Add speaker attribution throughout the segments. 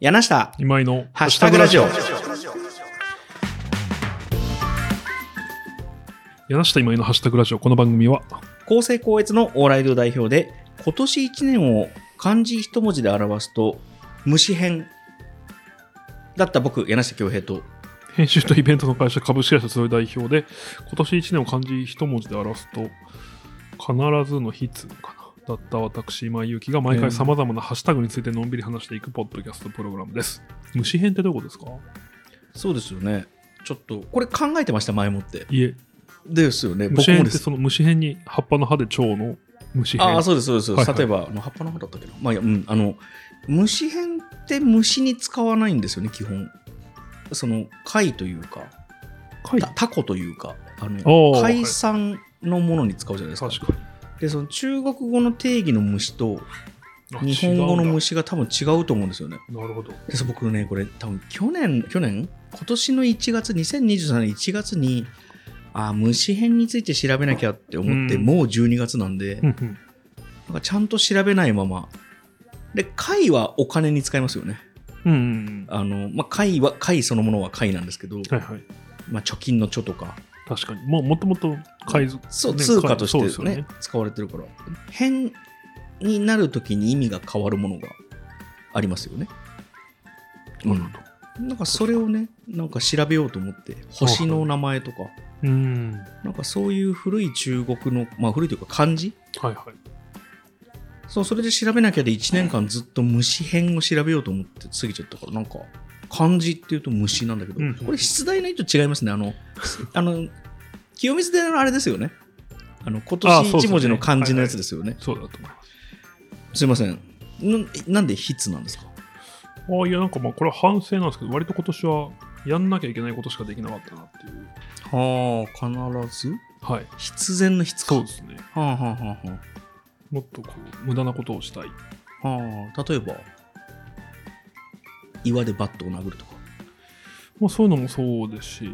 Speaker 1: 柳下、
Speaker 2: 今井の
Speaker 1: ハッシュタグラジオ。
Speaker 2: 柳下今井のハッシュタグラジオこの番組は
Speaker 1: 高生高越のオーライド代表で、今年1年を漢字一文字で表すと、虫編だった僕、柳下恭平と、
Speaker 2: 編集とイベントの会社株式会社それ代表で今年1年を漢字一文字で表すと必ずの筆かなだった私今井由紀が毎
Speaker 1: うん
Speaker 2: 回さまざまなハッシュタグについてのんびり話していくポッドキャストプログラムです虫編ってどういうことですか
Speaker 1: そうですよね。ちょっと、これ考えてました、前もって。
Speaker 2: いえ
Speaker 1: ですよね、僕
Speaker 2: 虫編
Speaker 1: も
Speaker 2: っ
Speaker 1: で
Speaker 2: て
Speaker 1: す。
Speaker 2: その虫編に葉っぱの葉で蝶の虫編
Speaker 1: ああ、そうです、そうです。
Speaker 2: はいはい
Speaker 1: 例えば、あの葉っぱの方だったっけど、まあ、いや、うん、あの、虫編って虫に使わないんですよね、基本。その、貝というか、
Speaker 2: 貝
Speaker 1: たタコというか、あの、
Speaker 2: おー
Speaker 1: 海産のものに使うじゃないですか。
Speaker 2: 確か
Speaker 1: で、その中国語の定義の虫と、
Speaker 2: にあ
Speaker 1: 日本語の
Speaker 2: 違うんだ
Speaker 1: 虫が多分違うと思うんですよね。
Speaker 2: なるほど
Speaker 1: でそう僕ね、これ多分去年、去年今年の1月、2023年1月に、あー虫編について調べなきゃって思って、
Speaker 2: うん
Speaker 1: もう12月なんで、
Speaker 2: うんうん
Speaker 1: なんかちゃんと調べないまま。で、貝はお金に使いますよね。
Speaker 2: うんうん
Speaker 1: あの、まあ、貝は、貝そのものは貝なんですけど、
Speaker 2: うんはいはい
Speaker 1: まあ、貯金の貯とか、
Speaker 2: 確かにもうもともと海賊
Speaker 1: そう、
Speaker 2: ね
Speaker 1: 通貨と
Speaker 2: そうで
Speaker 1: し
Speaker 2: す
Speaker 1: て
Speaker 2: よ
Speaker 1: ね
Speaker 2: ね
Speaker 1: 使われてるから。変になるときに意味が変わるものがありますよね。
Speaker 2: なるほど
Speaker 1: なんかそれをね、なんか調べようと思って、星の名前とか、
Speaker 2: うん
Speaker 1: なんかそういう古い中国の、まあ古いというか漢字
Speaker 2: はいはい。
Speaker 1: そう、それで調べなきゃで1年間ずっと虫編を調べようと思って過ぎちゃったから、なんか漢字っていうと虫なんだけど、
Speaker 2: うん
Speaker 1: これ出題の意図違いますね。 あの、あの、清水寺のあれですよね。あの、今
Speaker 2: あそ
Speaker 1: 年
Speaker 2: うです
Speaker 1: 1
Speaker 2: ね
Speaker 1: 文字の漢字のやつですよね。
Speaker 2: そうだと思います。
Speaker 1: すいません。ななんで筆なんですか
Speaker 2: ああ、いや、なんかまあ、これは反省なんですけど、割と今年はやんなきゃいけないことしかできなかったなっていう。
Speaker 1: はあ、必ず
Speaker 2: はい。
Speaker 1: 必然の筆か。
Speaker 2: そうですね。
Speaker 1: はあ、はあはあはあ
Speaker 2: もっとこう、無駄なことをしたい。
Speaker 1: はあ、例えば岩でバットを殴るとか
Speaker 2: まあ、そういうのもそうですし、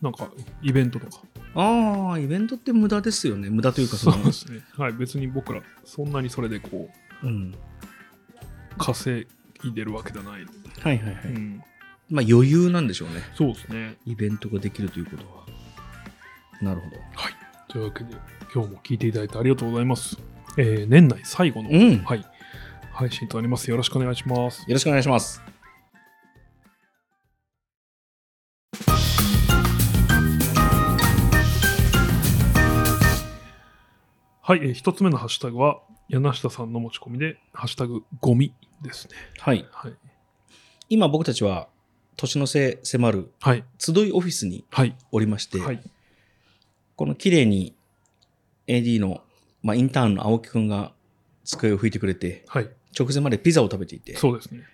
Speaker 2: なんか、イベントとか。
Speaker 1: ああイベントって無駄ですよね無駄というかそ
Speaker 2: そ
Speaker 1: の
Speaker 2: うですね。はい。別に僕ら、そんなにそれでこう、
Speaker 1: うん
Speaker 2: 稼いでるわけじゃない。
Speaker 1: はいはいは
Speaker 2: う
Speaker 1: い、
Speaker 2: ん。
Speaker 1: まあ余裕なんでしょうね
Speaker 2: そうですね。
Speaker 1: イベントができるということはなるほど
Speaker 2: というわけで、今日も聞いていただいてありがとうございます。えー年内最後の、
Speaker 1: うんよ
Speaker 2: はい、配信となります。よろしくお願いします。
Speaker 1: ろしくお願いします
Speaker 2: はい、えー一つ目のハッシュタグは、柳下さんの持ち込みで、ハッシュタグゴミですね。
Speaker 1: はい
Speaker 2: はい。
Speaker 1: 今僕たちは年の瀬迫る
Speaker 2: はい。
Speaker 1: 集いオフィスに
Speaker 2: はい。
Speaker 1: おりまして、
Speaker 2: はい。
Speaker 1: この綺麗に AD の、まあ、インターンの青木くんが机を拭いてくれて
Speaker 2: はい。
Speaker 1: 直前までピザを食べていて
Speaker 2: そうですね。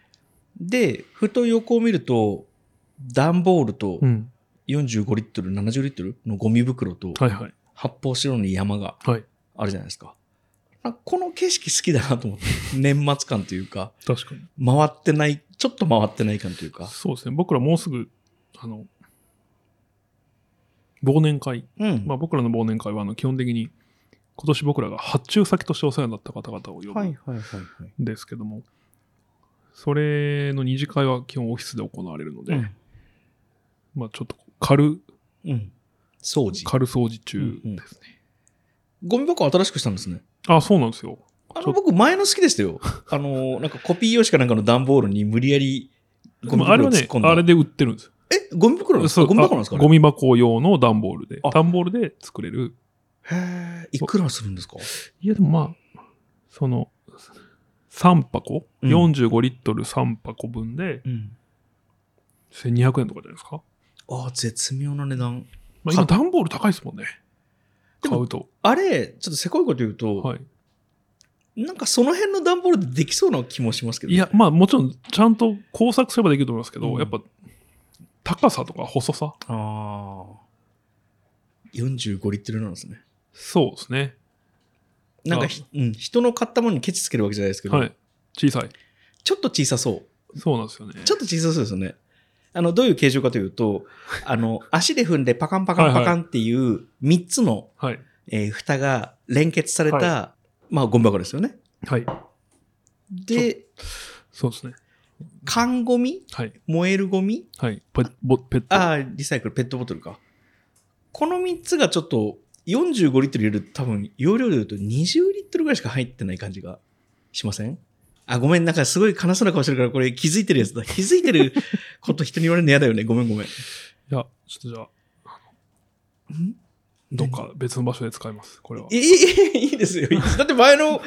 Speaker 1: で、ふと横を見ると、段ボールと
Speaker 2: うん。
Speaker 1: 45リットル、70リットルのゴミ袋と
Speaker 2: はいはい。
Speaker 1: 発泡スチロールの山が
Speaker 2: はい。
Speaker 1: あるじゃないですか。あこの景色好きだなと思って、 年末感というか、
Speaker 2: 確かに。
Speaker 1: 回ってない、ちょっと回ってない感というか、
Speaker 2: そうですね。僕らもうすぐ、あの、忘年会。
Speaker 1: うん。
Speaker 2: まあ僕らの忘年会は、あの、基本的に、今年僕らが発注先としてお世話になった方々を呼ぶ
Speaker 1: はい
Speaker 2: ん
Speaker 1: はいはいはい。
Speaker 2: ですけども、それの二次会は基本オフィスで行われるので、まあちょっとこう軽、
Speaker 1: うん。うん。掃除。
Speaker 2: 軽掃除中
Speaker 1: うんうん
Speaker 2: ですね。
Speaker 1: ゴミ箱新しくしたんですね。
Speaker 2: あ、そうなんですよ。
Speaker 1: あ
Speaker 2: ちょ
Speaker 1: の、僕前の好きでしたよ。あの、なんかコピー用紙かなんかの段ボールに無理やりゴミ
Speaker 2: まああれ
Speaker 1: 袋を
Speaker 2: は
Speaker 1: 突っ
Speaker 2: ね
Speaker 1: 込ん、だ。
Speaker 2: あれで売ってるんですよ
Speaker 1: え、ゴミ袋なんですか
Speaker 2: そう
Speaker 1: ゴミ箱なんですか
Speaker 2: あ
Speaker 1: ね
Speaker 2: ゴミ箱用の段ボールで
Speaker 1: あ。
Speaker 2: 段ボールで作れる。
Speaker 1: へえ、いくらするんですか
Speaker 2: いや、でもまあ、その、3箱、
Speaker 1: うん
Speaker 2: 45リットル3箱分で
Speaker 1: うん。
Speaker 2: 1200円とかじゃないですか。
Speaker 1: ああ、絶妙な値段。
Speaker 2: まあ、
Speaker 1: か
Speaker 2: 今、段ボール高いですもんね。
Speaker 1: で
Speaker 2: 買
Speaker 1: も
Speaker 2: うと。
Speaker 1: あれ、ちょっとせこいこと言うと、
Speaker 2: はい。
Speaker 1: なんかその辺の段ボールでできそうな気もしますけど。
Speaker 2: いや、、まあ、もちろん、ちゃんと工作すればできると思いますけど、
Speaker 1: うん
Speaker 2: やっぱ、高さとか細さ。
Speaker 1: ああ。45リットルなんですね。
Speaker 2: そうですね。
Speaker 1: なんかひ、うん、人の買ったものにケチつけるわけじゃないですけど、
Speaker 2: はい。小さい。
Speaker 1: ちょっと小さそ
Speaker 2: そうなんですよね
Speaker 1: う。。ちょっと小さそうですよね。あの、どういう形状かというと、あの、足で踏んでパカンパカンパカンっていう3つの、
Speaker 2: はい。
Speaker 1: えー蓋が連結された、
Speaker 2: は
Speaker 1: まあ、ゴミ箱ですよね。
Speaker 2: はい。
Speaker 1: で、
Speaker 2: そうですね。
Speaker 1: 缶ゴミ
Speaker 2: はい。
Speaker 1: 燃えるゴミ
Speaker 2: はい。ペッボペット。
Speaker 1: ああ、リサイクル、ペットボトルか。この3つがちょっと、45リットル入れると多分、容量で言うと20リットルぐらいしか入ってない感じがしませんあ、ごめん、なんかすごい悲しそうな顔してるから、これ気づいてるやつだ。気づいてること人に言われるの嫌だよね。ごめんごめん。
Speaker 2: いや、ちょっとじゃあ、どっか別の場所で使います、これは。
Speaker 1: え、えいいですよ。いいですだって前の、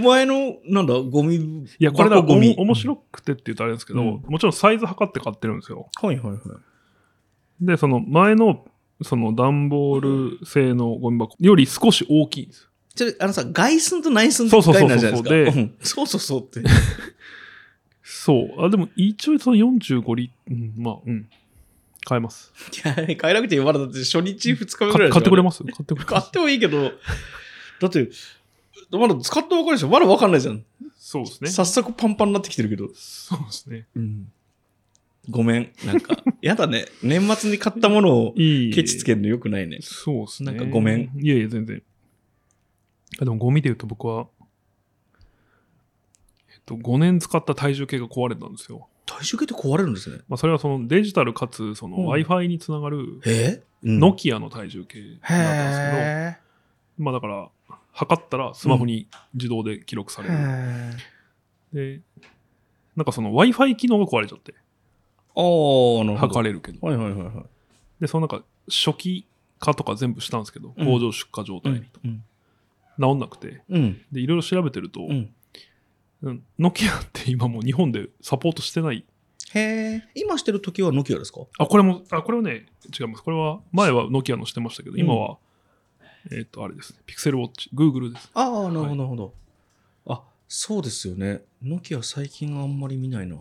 Speaker 1: 前の、なんだ、ゴミ。い
Speaker 2: いや、これだ、お
Speaker 1: ゴミ。
Speaker 2: 面白くてって言うとあれですけど、
Speaker 1: うん
Speaker 2: もちろんサイズ測って買ってるんですよ。
Speaker 1: はいはいはい。
Speaker 2: で、その前の、その段ボール製のゴミ箱より少し大きいんですよ。
Speaker 1: ちょっと、あのさ、外寸と内寸って機械なんじゃないですか。うんそうそうそうって。
Speaker 2: そう。あ、でも一応その45リ、うん、まあ、うん。買えます。
Speaker 1: いや、買えなくて、まだだって初日2日目ぐら
Speaker 2: 買
Speaker 1: い
Speaker 2: 買ってくれ
Speaker 1: ま
Speaker 2: ます買ってくれ
Speaker 1: 買
Speaker 2: ま
Speaker 1: っ
Speaker 2: す。
Speaker 1: てもいいけど、 だって、まだ使ったばかりでしょまだわかんないじゃん。
Speaker 2: そうですね。
Speaker 1: 早速パンパンになってきてるけど。
Speaker 2: そうですね。
Speaker 1: ごめん。なんか、 やだね。年末に買ったものを
Speaker 2: いい。
Speaker 1: ケチつけるのよくないね。
Speaker 2: そうですね。
Speaker 1: なんかごめん。
Speaker 2: いやいや、全然。あでも、ゴミで言うと僕は、えっと、5年使った体重計が壊れたんですよ。
Speaker 1: 体重計って壊れるんですね。
Speaker 2: まあ、それはそのデジタルかつ、その
Speaker 1: うん
Speaker 2: Wi-Fi につながる、
Speaker 1: えうん
Speaker 2: ノキアの体重計だったんですけど、
Speaker 1: へ
Speaker 2: まあだから、測ったらスマホに自動で記録さ
Speaker 1: ー
Speaker 2: れる。
Speaker 1: へー
Speaker 2: で、なんかその Wi-Fi 機能が壊れちゃって、
Speaker 1: おー、なるほど。
Speaker 2: 測れるけど。
Speaker 1: はいはいはいはい。
Speaker 2: で、そのなんか、初期化とか全部したんですけど、
Speaker 1: うん
Speaker 2: 工場出荷状態に、
Speaker 1: うん。
Speaker 2: 治んなくて。
Speaker 1: うん。
Speaker 2: で、いろいろ調べてると、
Speaker 1: うん。
Speaker 2: うんノキアって今もう日本でサポートしてない。
Speaker 1: へえ。今してる時はノキアですか
Speaker 2: あ、これも、あ、これはね、違います。これは、前はノキアのしてましたけど、
Speaker 1: うん
Speaker 2: 今は、えっ、と、あれですね、ピクセルウォッチ、Google です。
Speaker 1: ああ、なるほど、
Speaker 2: はい
Speaker 1: なるほど。あ、そうですよね。ノキア最近あんまり見ないな。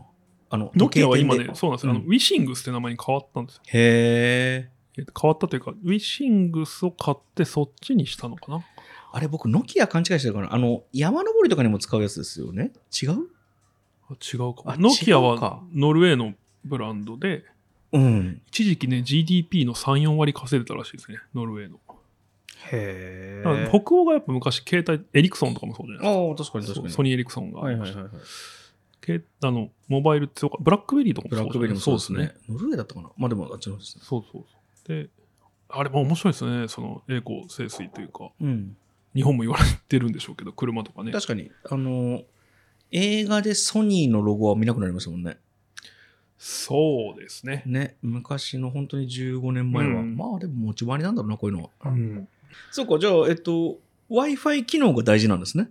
Speaker 1: あの、
Speaker 2: ノキアは
Speaker 1: 時計
Speaker 2: 今
Speaker 1: 店で
Speaker 2: ね、そうなんですよ、あ
Speaker 1: う
Speaker 2: の、ウィシングスって名前に変わったんですよ。
Speaker 1: へえ。
Speaker 2: えーと変わったというか、ウィシングスを買ってそっちにしたのかな
Speaker 1: あれ、僕、ノキア勘違いしてるかな。あの、山登りとかにも使うやつですよね。違う
Speaker 2: あ違うか
Speaker 1: あ。
Speaker 2: ノキア
Speaker 1: 違うか
Speaker 2: はノルウェーのブランドで、
Speaker 1: うん。
Speaker 2: 一時期ね、GDP の3、4割稼いでたらしいですね、ノルウェーの。
Speaker 1: へ
Speaker 2: だから北欧がやっぱ昔、携帯、エリクソンとかもそうじゃないですか。
Speaker 1: ああ、確かに確
Speaker 2: そ
Speaker 1: か
Speaker 2: う
Speaker 1: に。
Speaker 2: ソニー・エリクソンがあ
Speaker 1: は
Speaker 2: り
Speaker 1: い
Speaker 2: ま
Speaker 1: は
Speaker 2: し
Speaker 1: い
Speaker 2: た
Speaker 1: はいはい。
Speaker 2: けあのモバイル強かブラックベリーとか
Speaker 1: ブラックベリーもそうですね。。ノルウェーだったかな。まあでも、あっちの方ですね。
Speaker 2: そうそうそう。で、あれも面白いですね。その栄光盛衰というか、
Speaker 1: うん。
Speaker 2: 日本も言われてるんでしょうけど、 車とかね。
Speaker 1: 確かに、あの、映画でソニーのロゴは見なくなりましたもんね。
Speaker 2: そうですね。
Speaker 1: ね、昔の本当に15年前は。
Speaker 2: うん
Speaker 1: まあでも持ち回りなんだろうな、こういうのは。
Speaker 2: うん
Speaker 1: そうか、じゃあ、えっと、Wi-Fi 機能が大事なんですね。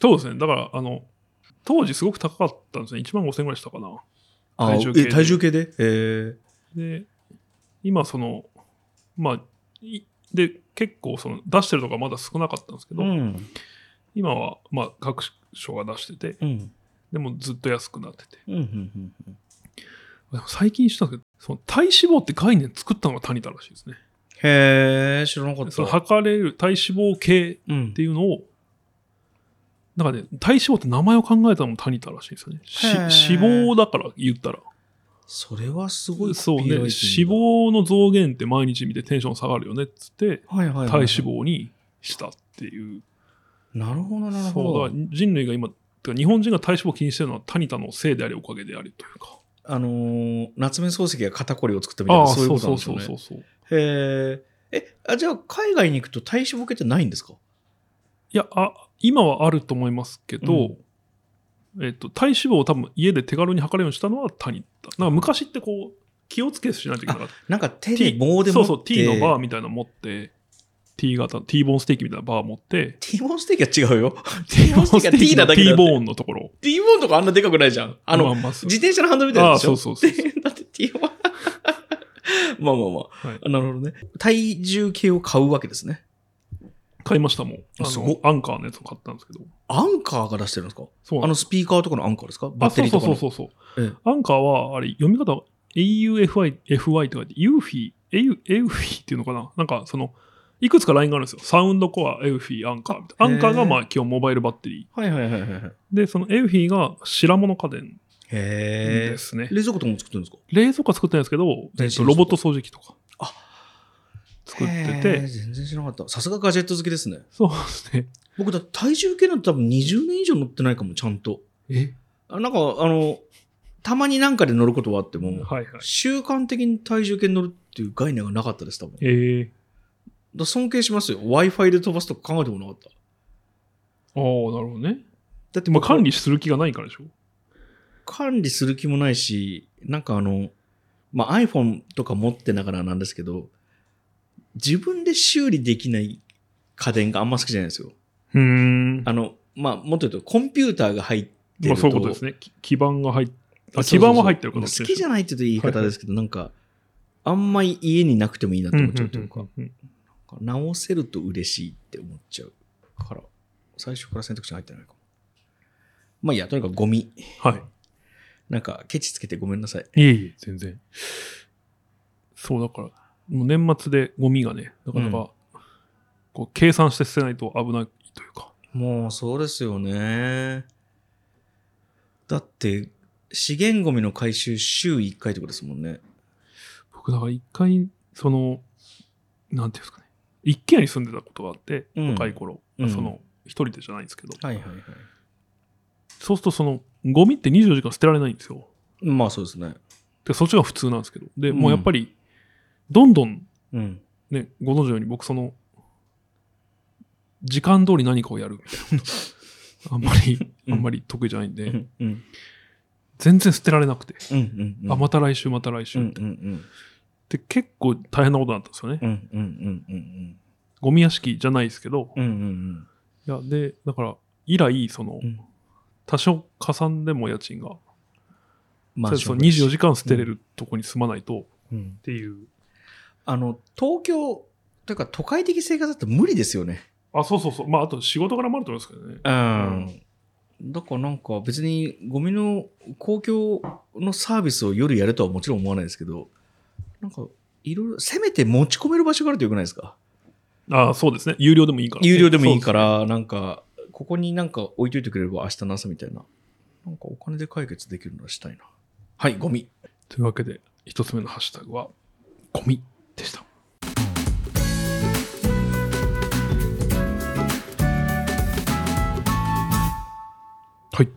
Speaker 2: そうですね。だから、あの、当時すごく高かったんですね。1万5000円ぐらいしたかな。
Speaker 1: あ
Speaker 2: 体重計で
Speaker 1: え体重計で。へえ。
Speaker 2: で、今、その、まあ、いで、結構その出してるとかまだ少なかったんですけど、
Speaker 1: ん。
Speaker 2: 今はまあ各所が出してて、
Speaker 1: うん。
Speaker 2: でもずっと安くなってて。
Speaker 1: うん。うん。うん
Speaker 2: でも最近知ったんですけど、その体脂肪って概念作ったのが谷田らしいですね。
Speaker 1: へえ、知らなかっ
Speaker 2: その
Speaker 1: た。
Speaker 2: 測れる体脂肪計
Speaker 1: うん
Speaker 2: っていうのを、なんかね、体脂肪って名前を考えたのも谷田らしいんですよね。し
Speaker 1: へー
Speaker 2: 脂肪だから言ったら。
Speaker 1: それはすごい
Speaker 2: そうね、
Speaker 1: コピー
Speaker 2: 脂
Speaker 1: ライティング
Speaker 2: 肪の増減って毎日見てテンション下がるよねっつって、
Speaker 1: だ。はいはいはい、
Speaker 2: 体脂肪にしたっていう。
Speaker 1: なるほど、なる
Speaker 2: そう、だ
Speaker 1: ほ
Speaker 2: か
Speaker 1: ど。
Speaker 2: ら人類が今、てか日本人が体脂肪を気にしてるのは谷田のせいでありおかげでありというか。
Speaker 1: あのー夏目漱石が肩こりを作ったみたいな、
Speaker 2: ああ、
Speaker 1: そういう
Speaker 2: そう
Speaker 1: ことな
Speaker 2: そ
Speaker 1: ん
Speaker 2: う
Speaker 1: です
Speaker 2: そ
Speaker 1: よ
Speaker 2: う
Speaker 1: ね
Speaker 2: そ。うそう。
Speaker 1: へえ。え、あじゃあ、海外に行くと体脂肪計ってないんですか
Speaker 2: いやあ、今はあると思いますけど、えっと、体脂肪を多分家で手軽に測れるようにしたのは谷田。なんか昔ってこう、気をつけしないといけなかった。
Speaker 1: なんか手
Speaker 2: T
Speaker 1: で棒で持
Speaker 2: そ
Speaker 1: っ
Speaker 2: う
Speaker 1: て。
Speaker 2: そう、T のバーみたいなの持って、T 型、T ボーンステーキみたいなバー持って、
Speaker 1: T ボーンステーキは違うよ。T ボーンステーキは T だだけだ
Speaker 2: T
Speaker 1: って
Speaker 2: ボーンのところ。
Speaker 1: T ボーンとかあんなでかくないじゃん。あの、
Speaker 2: まま
Speaker 1: 自転車のハンドルみたいなやつでしょ
Speaker 2: ああそうそうそう
Speaker 1: でだって T は。 まあまあまあ、
Speaker 2: はい
Speaker 1: あなるほどね。体重計を買うわけですね。
Speaker 2: 買いましたもん。あ
Speaker 1: すごっ
Speaker 2: の、アンカーのやつを買ったんですけど。
Speaker 1: アンカーが出してるんですか
Speaker 2: そう
Speaker 1: あ
Speaker 2: なん
Speaker 1: の
Speaker 2: です
Speaker 1: スピーカーとかのアンカーですかバッ
Speaker 2: あ、
Speaker 1: テ
Speaker 2: そう
Speaker 1: リー
Speaker 2: そ
Speaker 1: と
Speaker 2: う
Speaker 1: か
Speaker 2: そ
Speaker 1: の。
Speaker 2: うそうそう。
Speaker 1: ええ
Speaker 2: アンカーは、あれ、読み方、AUFI、FI って書いて、UFI、AU、AUFI っていうのかななんか、その、いくつかラインがあるんですよ。サウンドコア、AUFI、アンカーみたいな。アンカー
Speaker 1: へ
Speaker 2: が、
Speaker 1: え
Speaker 2: まあ、基本モバイルバッテリ
Speaker 1: はいはいはいはいはい。
Speaker 2: ー。で、その AUFI が白物家電
Speaker 1: へ
Speaker 2: で
Speaker 1: え。
Speaker 2: すね。
Speaker 1: 冷蔵庫とかも作ってるんですか
Speaker 2: 冷蔵庫は作ってないですけど、え
Speaker 1: 全身
Speaker 2: っ
Speaker 1: です
Speaker 2: と、ロボット掃除機とか。
Speaker 1: あ
Speaker 2: 作って
Speaker 1: へえ
Speaker 2: て。
Speaker 1: 全然知らなかった。さすがガジェット好きですね。
Speaker 2: そうですね。
Speaker 1: 僕だって体重計なんて多分20年以上乗ってないかも、ちゃんと。
Speaker 2: え
Speaker 1: あなんか、あの、たまになんかで乗ることはあっても、
Speaker 2: はいはい。
Speaker 1: 習慣的に体重計に乗るっていう概念がなかったです、多分。だか
Speaker 2: ええ
Speaker 1: ら尊敬しますよ。Wi-Fi で飛ばすとか考えてもなかった。
Speaker 2: ああ、なるほどね。
Speaker 1: だって
Speaker 2: まあ、
Speaker 1: 僕は
Speaker 2: 管理する気がないからでしょ。
Speaker 1: 管理する気もないし、なんかあの、まあ、iPhone とか持ってながらなんですけど、自分で修理できない家電があんま好きじゃないんですよ。
Speaker 2: うーん。
Speaker 1: あの、まあ、もっと言うとコンピューターが入ってる
Speaker 2: まあ、
Speaker 1: と。
Speaker 2: そういうことですね。き基盤が入っ
Speaker 1: そうそ
Speaker 2: あ
Speaker 1: うそう
Speaker 2: 基盤は入ってるから
Speaker 1: 好きじゃ
Speaker 2: ゃ
Speaker 1: ないって言うと言い方ですけど、なんか、あんまり家になくてもいいなと思っちゃうというか、直せると嬉しいって思っちゃうから、最初から選択肢に入ってないかも。まあいいや、とにかくゴミ。
Speaker 2: は
Speaker 1: なんか、ケチつけてごめんなさい。
Speaker 2: い。いえいえ、全然。そう、だから、もう年末でゴミがね、なかなか、
Speaker 1: うん
Speaker 2: こう、計算して捨てないと危ないというか。
Speaker 1: もうそうですよね。だって、資源ゴミの回収週1回ってことですもんね。
Speaker 2: 僕、だから一回、その、なんていうんですかね。一軒家に住んでたことがあって、
Speaker 1: うん
Speaker 2: 若い頃。
Speaker 1: うん
Speaker 2: その、一人でじゃないんですけど。
Speaker 1: はいはいはい。
Speaker 2: そうすると、その、ゴミって24時間捨てられないんですよ。
Speaker 1: まあそうですね。
Speaker 2: でそっちが普通なんですけど。で、
Speaker 1: うん
Speaker 2: もうやっぱり、どんどん
Speaker 1: うん。
Speaker 2: ね、ご存知のように僕その、時間通り何かをやるみたい なこと、あんまり、
Speaker 1: うん
Speaker 2: あんまり得意じゃないん
Speaker 1: う
Speaker 2: で、
Speaker 1: んうん
Speaker 2: 全然捨てられなくて、
Speaker 1: うんうんうん。
Speaker 2: あ、また来週、また来週
Speaker 1: う
Speaker 2: っ
Speaker 1: ん
Speaker 2: て、
Speaker 1: うんうん。
Speaker 2: で結構大変なことだったんですよね。
Speaker 1: うんうんうんうん
Speaker 2: ゴミ屋敷じゃないですけど、
Speaker 1: うん。うんうん
Speaker 2: いや、で、だから、以来、その
Speaker 1: う、ん。
Speaker 2: 多少加算でも家賃が、
Speaker 1: ま
Speaker 2: そうそう24時間捨てれるとこに住まないと、っ
Speaker 1: うん
Speaker 2: ていう。
Speaker 1: あの、東京、というか都会的生活だと無理ですよね。
Speaker 2: あ、そうそうそう。まあ、あと仕事からもあると思いますけどね。
Speaker 1: うん。だからなんか別にゴミの公共のサービスを夜やるとはもちろん思わないですけど、なんかいろいろ、せめて持ち込める場所があるとよくないですか。
Speaker 2: あ、そうですね。有料でもいいからね、
Speaker 1: 有料でもいい
Speaker 2: ら
Speaker 1: から、なんか、ここになんか置いといてくれれば明日の朝みたいな。なんかお金で解決できるのはしたいな。はい、ゴミ。
Speaker 2: というわけで一つ目のハッシュタグは「ゴミ」でしたはい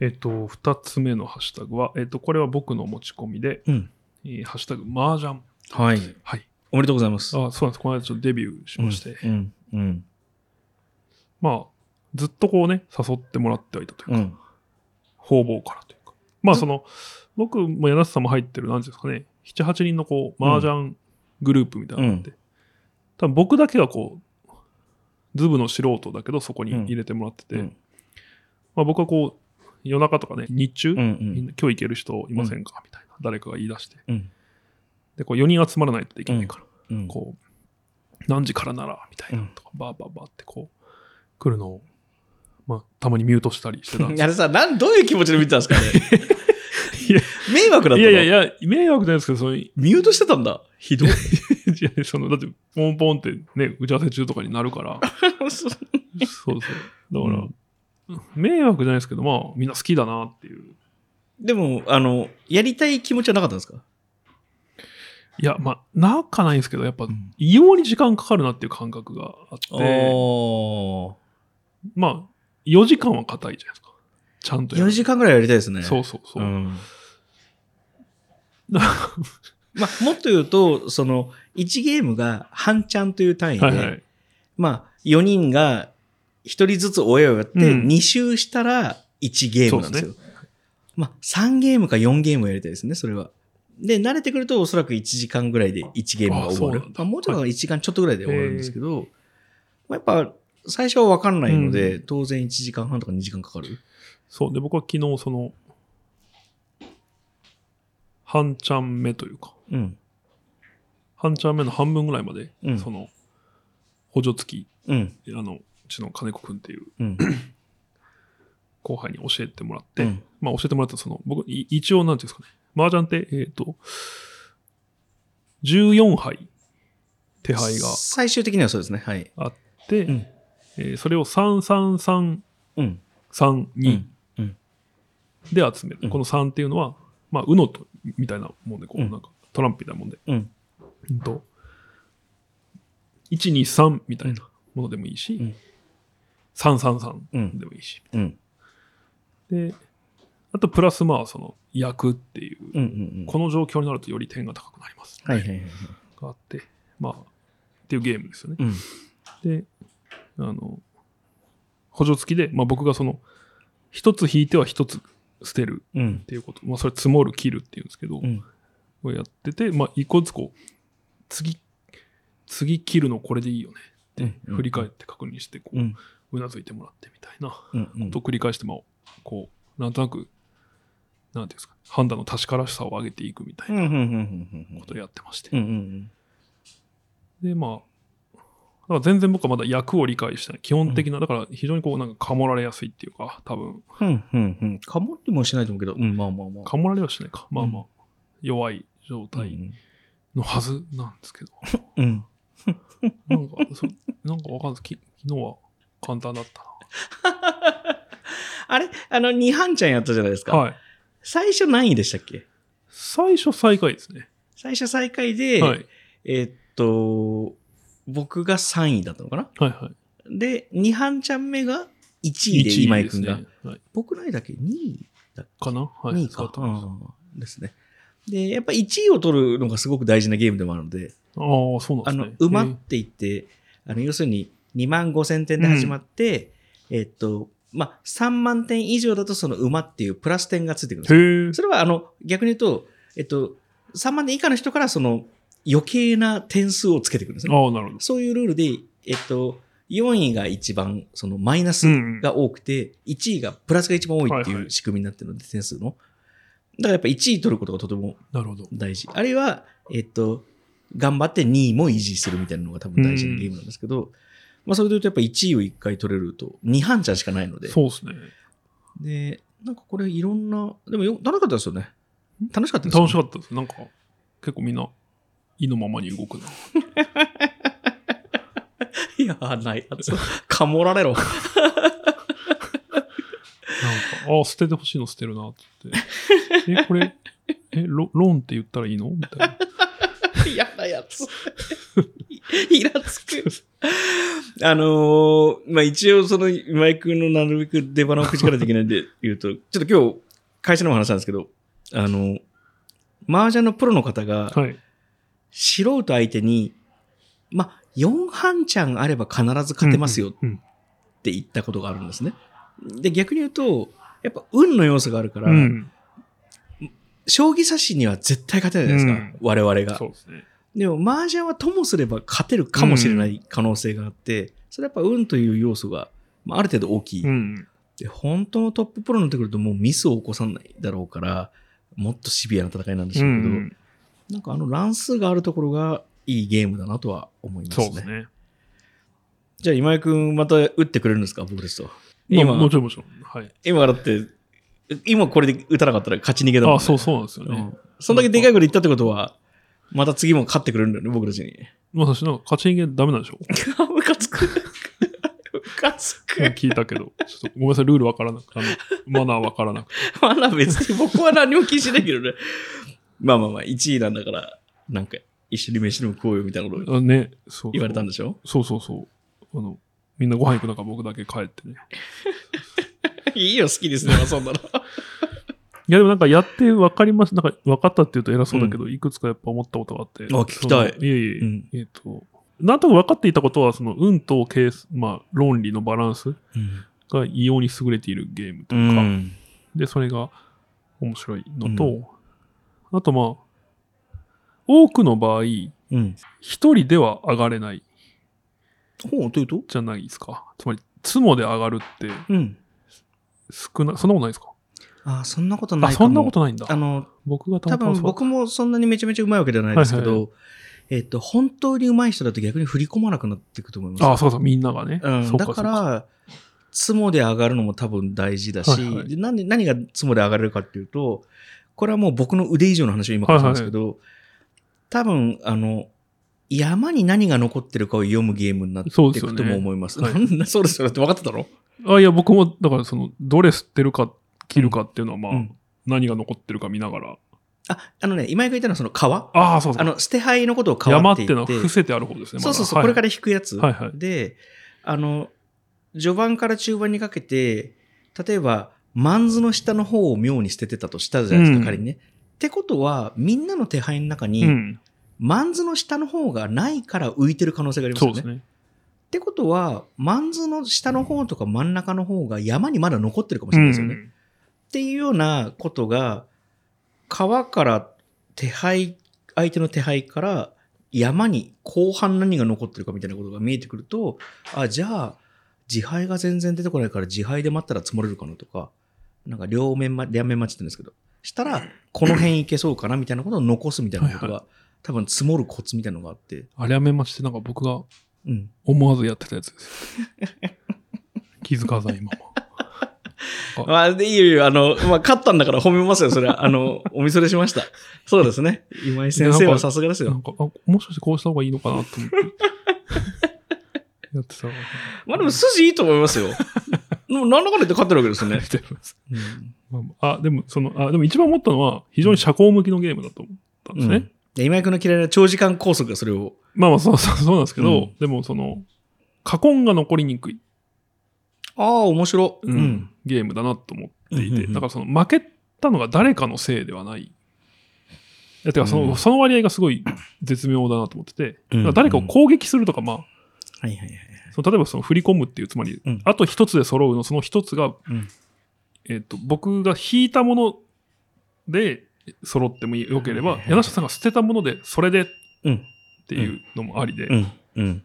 Speaker 2: えっ、と二つ目のハッシュタグは、えっとこれは僕の持ち込みで
Speaker 1: うん。
Speaker 2: 「えーハッシュタグ麻雀
Speaker 1: はい。
Speaker 2: はい
Speaker 1: おめでとうございます。
Speaker 2: あそうなんですこの間ちょっとデビューしまして、
Speaker 1: うん。うん。
Speaker 2: まあずっとこうね誘ってもらってはいたというか、
Speaker 1: うん。
Speaker 2: 方々からというかまあその僕も柳瀬さんも入ってる何ですかね78人のこう麻雀グループみたいなのがあって、多分僕だけがこうズブの素人だけどそこに入れてもらってて、
Speaker 1: うん
Speaker 2: まあ、僕はこう夜中とかね日中、
Speaker 1: うん。う
Speaker 2: みん
Speaker 1: ん。
Speaker 2: な今日行ける人いませんかみたいな誰かが言い出して
Speaker 1: うん。
Speaker 2: でこう4人集まらないといけないから、
Speaker 1: うん。
Speaker 2: こう何時からならみたいなとか、バーバーバーってこう来るのを、まあ、たまにミュートしたりし てたんですけど
Speaker 1: あれさ、なん、どういう気持ちで見てたんですかね
Speaker 2: いや
Speaker 1: 迷惑だったの
Speaker 2: いやいやいや、迷惑じゃないですけど、その、い
Speaker 1: ミュートしてたんだ。ひどい。
Speaker 2: やそのだって、ポンポンってね、打ち合わせ中とかになる から、そうそう。だから、迷惑じゃないですけど、まあ、みんな好きだなっていう。
Speaker 1: でも、あの、やりたい気持ちはなかったんですか
Speaker 2: いや、まあ、なかないんですけど、やっぱ
Speaker 1: ん、
Speaker 2: 異様に時間かかるなっていう感覚があって、
Speaker 1: お
Speaker 2: まあ、4時間は硬いじゃないですか。ちゃんとや
Speaker 1: 4
Speaker 2: る。
Speaker 1: 時間ぐらいやりたいですね。
Speaker 2: そうそうそ う。
Speaker 1: ん
Speaker 2: だ
Speaker 1: まあ、もっと言うと、その、1ゲームが半チャンという単位で、
Speaker 2: はいはい。
Speaker 1: まあ、4人が1人ずつ親をやって、
Speaker 2: うん
Speaker 1: 2周したら1ゲームなんですよ。まあ、3ゲームか4ゲームやりたいですね、それは。で、慣れてくるとおそらく1時間ぐらいで1ゲームが終わる
Speaker 2: あそうなん。だ
Speaker 1: まあ、もうちょっと1時間ちょっとぐらいで終わるんですけど、まあ、やっぱ、最初は分かんないので、
Speaker 2: う
Speaker 1: 当然1時間半とか2時間かかる。
Speaker 2: そう。で、僕は昨日、その、半ちゃん目というか、
Speaker 1: うん。
Speaker 2: 半チャン目の半分ぐらいまで、
Speaker 1: うん
Speaker 2: その補助付き
Speaker 1: うん。
Speaker 2: あのうちの金子くんっていう
Speaker 1: うん。
Speaker 2: 後輩に教えてもらって、
Speaker 1: うん
Speaker 2: まあ教えてもらったその僕い一応なんていうんですかね麻雀ってえっ、と14杯手牌が
Speaker 1: 最終的にはそうですね。はい。
Speaker 2: あって、
Speaker 1: うん
Speaker 2: えーそれを333332
Speaker 1: うん。うん
Speaker 2: で集める、
Speaker 1: うん
Speaker 2: この3っていうのはまあ UNO とみたいなもんでこう
Speaker 1: うん
Speaker 2: なんかトランプみたいなもんで、
Speaker 1: うん。
Speaker 2: うんと、123みたいなものでもいいし、
Speaker 1: うん
Speaker 2: 333
Speaker 1: うん。
Speaker 2: でもいいし。
Speaker 1: うん。
Speaker 2: で、あと、プラスまあ、その、焼くっていう、
Speaker 1: うんうんうん。
Speaker 2: この状況になるとより点が高くなります。
Speaker 1: はいはいはいはい。
Speaker 2: があって、まあ、っていうゲームですよね。
Speaker 1: うん。
Speaker 2: で、あの、補助付きで、まあ僕がその、一つ引いては一つ捨てる
Speaker 1: うん
Speaker 2: っ。ていうこと、まあそれ積もる、切るっていうんですけど、
Speaker 1: うん。
Speaker 2: をやってて、まあ一個ずつこう、次、次切るのこれでいいよね。
Speaker 1: うん
Speaker 2: 振り返って確認して、こ
Speaker 1: うん。
Speaker 2: う、うなずいてもらってみたいな、こ
Speaker 1: うんうん。
Speaker 2: とを繰り返して、まあ、こう、なんとなく、なんていうんですか、判断の確からしさを上げていくみたい
Speaker 1: うん
Speaker 2: な
Speaker 1: うんうんうんうん
Speaker 2: ことをやってまして
Speaker 1: う。んうん
Speaker 2: で、まあ、だから全然僕はまだ役を理解してない。基本的な、だから非常にこう、なんか、かもられやすいっていうか、多分、
Speaker 1: うんうんうんうんかもってもしないと思うけど、うん、まあまあまあ。
Speaker 2: かもられはしないか。まあまあ、
Speaker 1: う
Speaker 2: 弱い状態のはずなんですけど、
Speaker 1: うん。
Speaker 2: なんか、そ なんかわかんないです。き昨日は簡単だった
Speaker 1: あれあの、二半ちゃんやったじゃないです
Speaker 2: な。
Speaker 1: か。
Speaker 2: はい。
Speaker 1: 最初何位でしたっけ
Speaker 2: 最初最下位ですね。
Speaker 1: 最初最下位で、
Speaker 2: はい。
Speaker 1: えーっと、僕が3位だったのかな
Speaker 2: はいはい。
Speaker 1: で、二半ちゃん目が1位で
Speaker 2: 一
Speaker 1: 今井
Speaker 2: で
Speaker 1: く
Speaker 2: す
Speaker 1: ん
Speaker 2: ね
Speaker 1: が。
Speaker 2: はい。
Speaker 1: 僕らだけ2位だっけ
Speaker 2: かなはい。
Speaker 1: 2位
Speaker 2: そ
Speaker 1: か
Speaker 2: うだ。と思います
Speaker 1: うんですね。で、やっぱ1位を取るのがすごく大事なゲームでもあるので、
Speaker 2: ああ、そうな
Speaker 1: あ
Speaker 2: んで
Speaker 1: の
Speaker 2: すね。、
Speaker 1: 馬っ
Speaker 2: えー
Speaker 1: て言って、あの、要するに2万5千点で始まって、えっと、まあ、3万点以上だとその馬っていうプラス点がついてくるんですよ
Speaker 2: へえ。
Speaker 1: それはあの、逆に言うと、えっと、3万点以下の人からその余計な点数をつけてくるんですね。
Speaker 2: ああ、なるほど。
Speaker 1: そういうルールで、えっと、4位が一番そのマイナスが多くて、1位がプラスが一番多いって
Speaker 2: はい
Speaker 1: い
Speaker 2: は
Speaker 1: う
Speaker 2: い
Speaker 1: 仕組みになってるので、点数の。だからやっぱ1位取ることがとても
Speaker 2: なるほど。
Speaker 1: 大事。あるいは、えっと、頑張って2位も維持するみたいなのが多分大事なゲームなんですけど、まあそれで言うとやっぱ1位を1回取れると2半ちゃんしかないので、
Speaker 2: そうですね。
Speaker 1: で、なんかこれいろんな、でもよ楽しかったですよね。楽しかったですよね
Speaker 2: 楽しかったです。なんか、結構みんな、意のままに動くな。
Speaker 1: いやー、ないやつ。かもられろ。
Speaker 2: なんか、ああ、捨ててほしいの捨てるなって言って。え、これ、え、ロローンって言ったらいいのみたいな。
Speaker 1: 嫌な やつ。イラつく。あのーまあ、一応その、今井くんのなるべく出花を口からできないんで言うと、 ちょっと今日、会社のお話なんですけど、あのー麻雀のプロの方が、
Speaker 2: はい。
Speaker 1: 素人相手に、まあ、4半ちゃんあれば必ず勝てますよっ
Speaker 2: うん。
Speaker 1: て言ったことがあるんですね。で、逆に言うと、やっぱ運の要素があるから、
Speaker 2: うん。うん
Speaker 1: 将棋指しには絶対勝てないじゃないですか、我々が
Speaker 2: そ。うですね。
Speaker 1: でも、麻雀はともすれば勝てるかもしれない可能性があって、それはやっぱ運という要素が、まあ、ある程度大きい、
Speaker 2: うん。
Speaker 1: で。本当のトッププロになってくるともうミスを起こさないだろうから、もっとシビアな戦いなんでし
Speaker 2: う
Speaker 1: ょうけど、
Speaker 2: ん。
Speaker 1: なんかあの乱数があるところがいいゲームだなとは思います
Speaker 2: そう
Speaker 1: ね。
Speaker 2: ですね。
Speaker 1: じゃあ今井くんまた打ってくれるんですか僕ですと。
Speaker 2: 今、も
Speaker 1: 今
Speaker 2: ち、ろんもちろん。はい。
Speaker 1: 今だって、今これで打たなかったら勝ち逃げだもん、
Speaker 2: あ
Speaker 1: ね。
Speaker 2: あ、そうそうなんですよ
Speaker 1: う
Speaker 2: ね。
Speaker 1: んそんだけでかいこと言ったってことは、また次も勝ってくれるんだよね、僕たちに。
Speaker 2: まあ、私なんか、勝ち逃げダメなんでしょ
Speaker 1: ムカつく。ムカつく。
Speaker 2: 聞いたけど、ちょっとごめんなさい、ルールわからなく あのマナーわからなくて。
Speaker 1: まだ別に僕は何も気にしないけどね。まあまあまあ、1位なんだから、なんか一緒に飯でも食おうよみたいなこと
Speaker 2: あね、そうそう
Speaker 1: 言われたんでしょ
Speaker 2: そうそうそう。あの、みんなご飯行く中僕だけ帰ってね。
Speaker 1: いいよ、好きですね、そんなの。
Speaker 2: いやでもなんかやって分かります。なんか分かったっていうと偉そうだけど、いくつかやっぱ思ったことがあって。
Speaker 1: あ聞きたい
Speaker 2: そのいえいえ、
Speaker 1: うん
Speaker 2: えっ、と、なんとなく分かっていたことは、その運と計算、まあ論理のバランスが異様に優れているゲームと
Speaker 1: う
Speaker 2: いうか、
Speaker 1: ん。
Speaker 2: で、それが面白いのと、あとまあ、多くの場合、一
Speaker 1: うん。
Speaker 2: 人では上がれない
Speaker 1: ほう、というと
Speaker 2: じゃないですか。つまり、ツモで上がるって
Speaker 1: うん。
Speaker 2: 少ない、そんなことないですか
Speaker 1: あ、そんなことない
Speaker 2: あ、
Speaker 1: かも。
Speaker 2: そんなことないんだ。
Speaker 1: あの、
Speaker 2: 僕が
Speaker 1: 多
Speaker 2: たまたま
Speaker 1: 分
Speaker 2: そう
Speaker 1: 僕もそんなにめちゃめちゃうまいわけではないですけど、
Speaker 2: はい
Speaker 1: えっと、本当にうまい人だと逆に振り込まなくなっていくと思います。
Speaker 2: あ、そうそう、みんながね。
Speaker 1: うん、
Speaker 2: そう
Speaker 1: だから、ツモで上がるのも多分大事だし、
Speaker 2: はいはい
Speaker 1: でなんで何がツモで上がれるかっていうと、これはもう僕の腕以上の話を今からするんですけど、多分、あの、山に何が残ってるかを読むゲームになって
Speaker 2: そうで
Speaker 1: い
Speaker 2: すよ
Speaker 1: くと
Speaker 2: ね
Speaker 1: も思います。
Speaker 2: はい
Speaker 1: なんだ そうですよだって分かってたろ、
Speaker 2: あいや、僕も、だから、その、どれ吸ってるか、切るかっていうのは、まあ、
Speaker 1: うん
Speaker 2: 何が残ってるか見ながら。
Speaker 1: あ、あのね、今井が言ったのはその川。
Speaker 2: ああ、そうそ
Speaker 1: あ
Speaker 2: う。
Speaker 1: の、捨て牌のことを川
Speaker 2: 山
Speaker 1: っ
Speaker 2: ってて
Speaker 1: 言っ
Speaker 2: いう
Speaker 1: て
Speaker 2: のは伏せてある方ですね。
Speaker 1: そうそうそう、
Speaker 2: ま
Speaker 1: こ
Speaker 2: だ
Speaker 1: れから引くやつ。
Speaker 2: はいはい
Speaker 1: で、あの、序盤から中盤にかけて、例えば、マンズの下の方を妙に捨ててたとしたじゃないですか、
Speaker 2: うん
Speaker 1: 仮にね。ってことは、みんなの手配の中に、
Speaker 2: うん。
Speaker 1: マンズの下の方がないから浮いてる可能性があります
Speaker 2: そ
Speaker 1: よ
Speaker 2: うで
Speaker 1: ね。
Speaker 2: すね。
Speaker 1: ってことは、マンズの下の方とか真ん中の方が山にまだ残ってるかもしれないですよね。
Speaker 2: うん
Speaker 1: っていうようなことが、川から手配、相手の手配から山に後半何が残ってるかみたいなことが見えてくると、あ、じゃあ、自敗が全然出てこないから自敗で待ったら積もれるかなとか、なんか両面ま、両面待ちって言うんですけど、したら、この辺行けそうかなみたいなことを残すみたいなこと
Speaker 2: はい
Speaker 1: が、多分積もるコツみたいなのがあって、
Speaker 2: あれやめまして、なんか僕が
Speaker 1: うん。
Speaker 2: 思わずやってたやつです。 気づかず今は。
Speaker 1: まあ、でいいよいいよ、あの、まあ、勝ったんだから褒めますよ、それは。あの、お見それしました。そうですね。今井先生はさすがですよ
Speaker 2: な。んか、あ、もしかしてこうした方がいいのかなと思って。 やってたわ。
Speaker 1: まあでも筋いいと思い ますよ。でもなんだかんだ言って勝ってるわけですよ
Speaker 2: あ
Speaker 1: ね
Speaker 2: りが。とうございますまあまああ、でも、その、あ、でも一番思ったのは、非常に社交向きのゲームだと思ったんですね。
Speaker 1: うんで今井君の嫌いな長時間拘束がそれを。
Speaker 2: まあまあ、そうそうそうなんですけど、
Speaker 1: うん
Speaker 2: でも、その、過根が残りにくい、
Speaker 1: ああ、面白。
Speaker 2: う
Speaker 1: うんん。
Speaker 2: ゲームだなと思っていて、
Speaker 1: うんうんうん
Speaker 2: だからその、負けたのが誰かのせいではない。いやてかその、
Speaker 1: うん
Speaker 2: その割合がすごい絶妙だなと思ってて、
Speaker 1: うん
Speaker 2: だから誰かを攻撃するとか、まあ、
Speaker 1: はいはいはい。
Speaker 2: その例えばその振り込むっていう、つまり、
Speaker 1: うん
Speaker 2: あと一つで揃うの、その一つが、
Speaker 1: うん
Speaker 2: えっと僕が引いたもので揃ってもよければ、
Speaker 1: はいはいはい
Speaker 2: 柳下さんが捨てたもので、それでっ
Speaker 1: うん。
Speaker 2: ていうのもありで、
Speaker 1: うん。うん。
Speaker 2: なん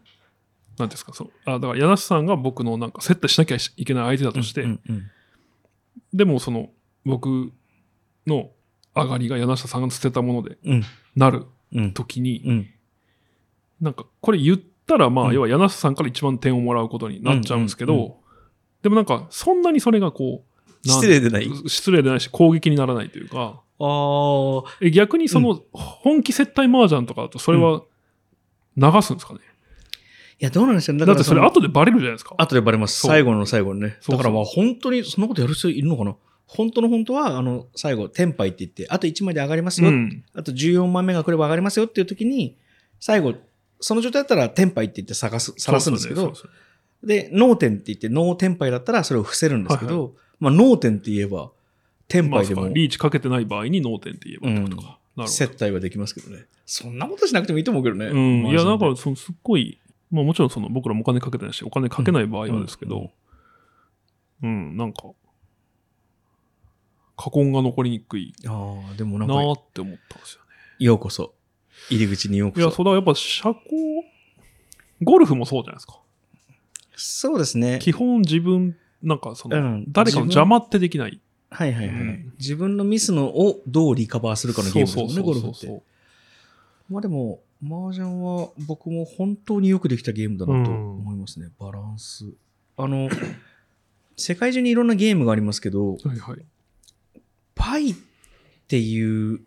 Speaker 2: ていうんですか、そうあだから柳下さんが僕のなんか接待しなきゃいけない相手だとして、
Speaker 1: うんうん
Speaker 2: でもその僕の上がりが柳下さんが捨てたもので
Speaker 1: うん。
Speaker 2: なる
Speaker 1: うん。
Speaker 2: ときに、
Speaker 1: うん。
Speaker 2: なんかこれ言ったら、まあ、
Speaker 1: うん
Speaker 2: 要は柳下さんから一番点をもらうことになっちゃうんですけど、
Speaker 1: うんうん
Speaker 2: でもなんか、そんなにそれがこう、なん
Speaker 1: 失礼でない。
Speaker 2: 失礼でないし、攻撃にならないというか、
Speaker 1: ああ。
Speaker 2: え逆にその、本気接待麻雀とかだと、それは流すんですかね。
Speaker 1: いや、どうなんでしょうね。
Speaker 2: だってそれ、
Speaker 1: あと
Speaker 2: 後でバレるじゃないですか。
Speaker 1: 後でバレます。
Speaker 2: そう
Speaker 1: 最後の最後にね。
Speaker 2: そうそう
Speaker 1: だからまあ本当にそんなことやる人いるのかな本当の本当は、あの、最後、天杯って言って、あと1枚で上がります
Speaker 2: う
Speaker 1: よ。
Speaker 2: ん。
Speaker 1: あと14枚目が来れば上がりますよっていう時に、最後、その状態だったら天杯って言って探す、晒すんですけ
Speaker 2: そう
Speaker 1: ど、
Speaker 2: そうそう
Speaker 1: で、脳天って言って、脳天杯だったらそれを伏せるんですけど、
Speaker 2: は
Speaker 1: まあ、脳天って言えば、天
Speaker 2: まあ
Speaker 1: 杯
Speaker 2: そ
Speaker 1: で
Speaker 2: うか
Speaker 1: も
Speaker 2: リーチかけてない場合に脳点って言えばってことか。なる
Speaker 1: 接
Speaker 2: ほ
Speaker 1: 待はできますけどね。そんなことしなくてもいいと思うけどね。
Speaker 2: ど。うん。いや、なん
Speaker 1: マージャン
Speaker 2: か、そのすっごい、まあもちろんその僕らもお金かけてないし、お金かけない場合はですけど、うん、なんか、過根が残りにくい
Speaker 1: で。ああ、でもな
Speaker 2: なん
Speaker 1: か、
Speaker 2: ーって思ったんですよね
Speaker 1: ようこそ。入り口にようこ
Speaker 2: いや、
Speaker 1: そ。
Speaker 2: そうだ、やっぱ社交、ゴルフもそうじゃないですか。
Speaker 1: そうですね。
Speaker 2: 基本自分、なんかその、
Speaker 1: うん
Speaker 2: 誰かの邪魔ってできない。
Speaker 1: はいはいはい。
Speaker 2: うん
Speaker 1: 自分のミスのをどうリカバーするかのゲームですもんね、ゴルフって。
Speaker 2: う。
Speaker 1: まあでも、麻雀は僕も本当によくできたゲームだなと思いますね。バランス。あの、 世界中にいろんなゲームがありますけど、
Speaker 2: はいはい。
Speaker 1: パイっていう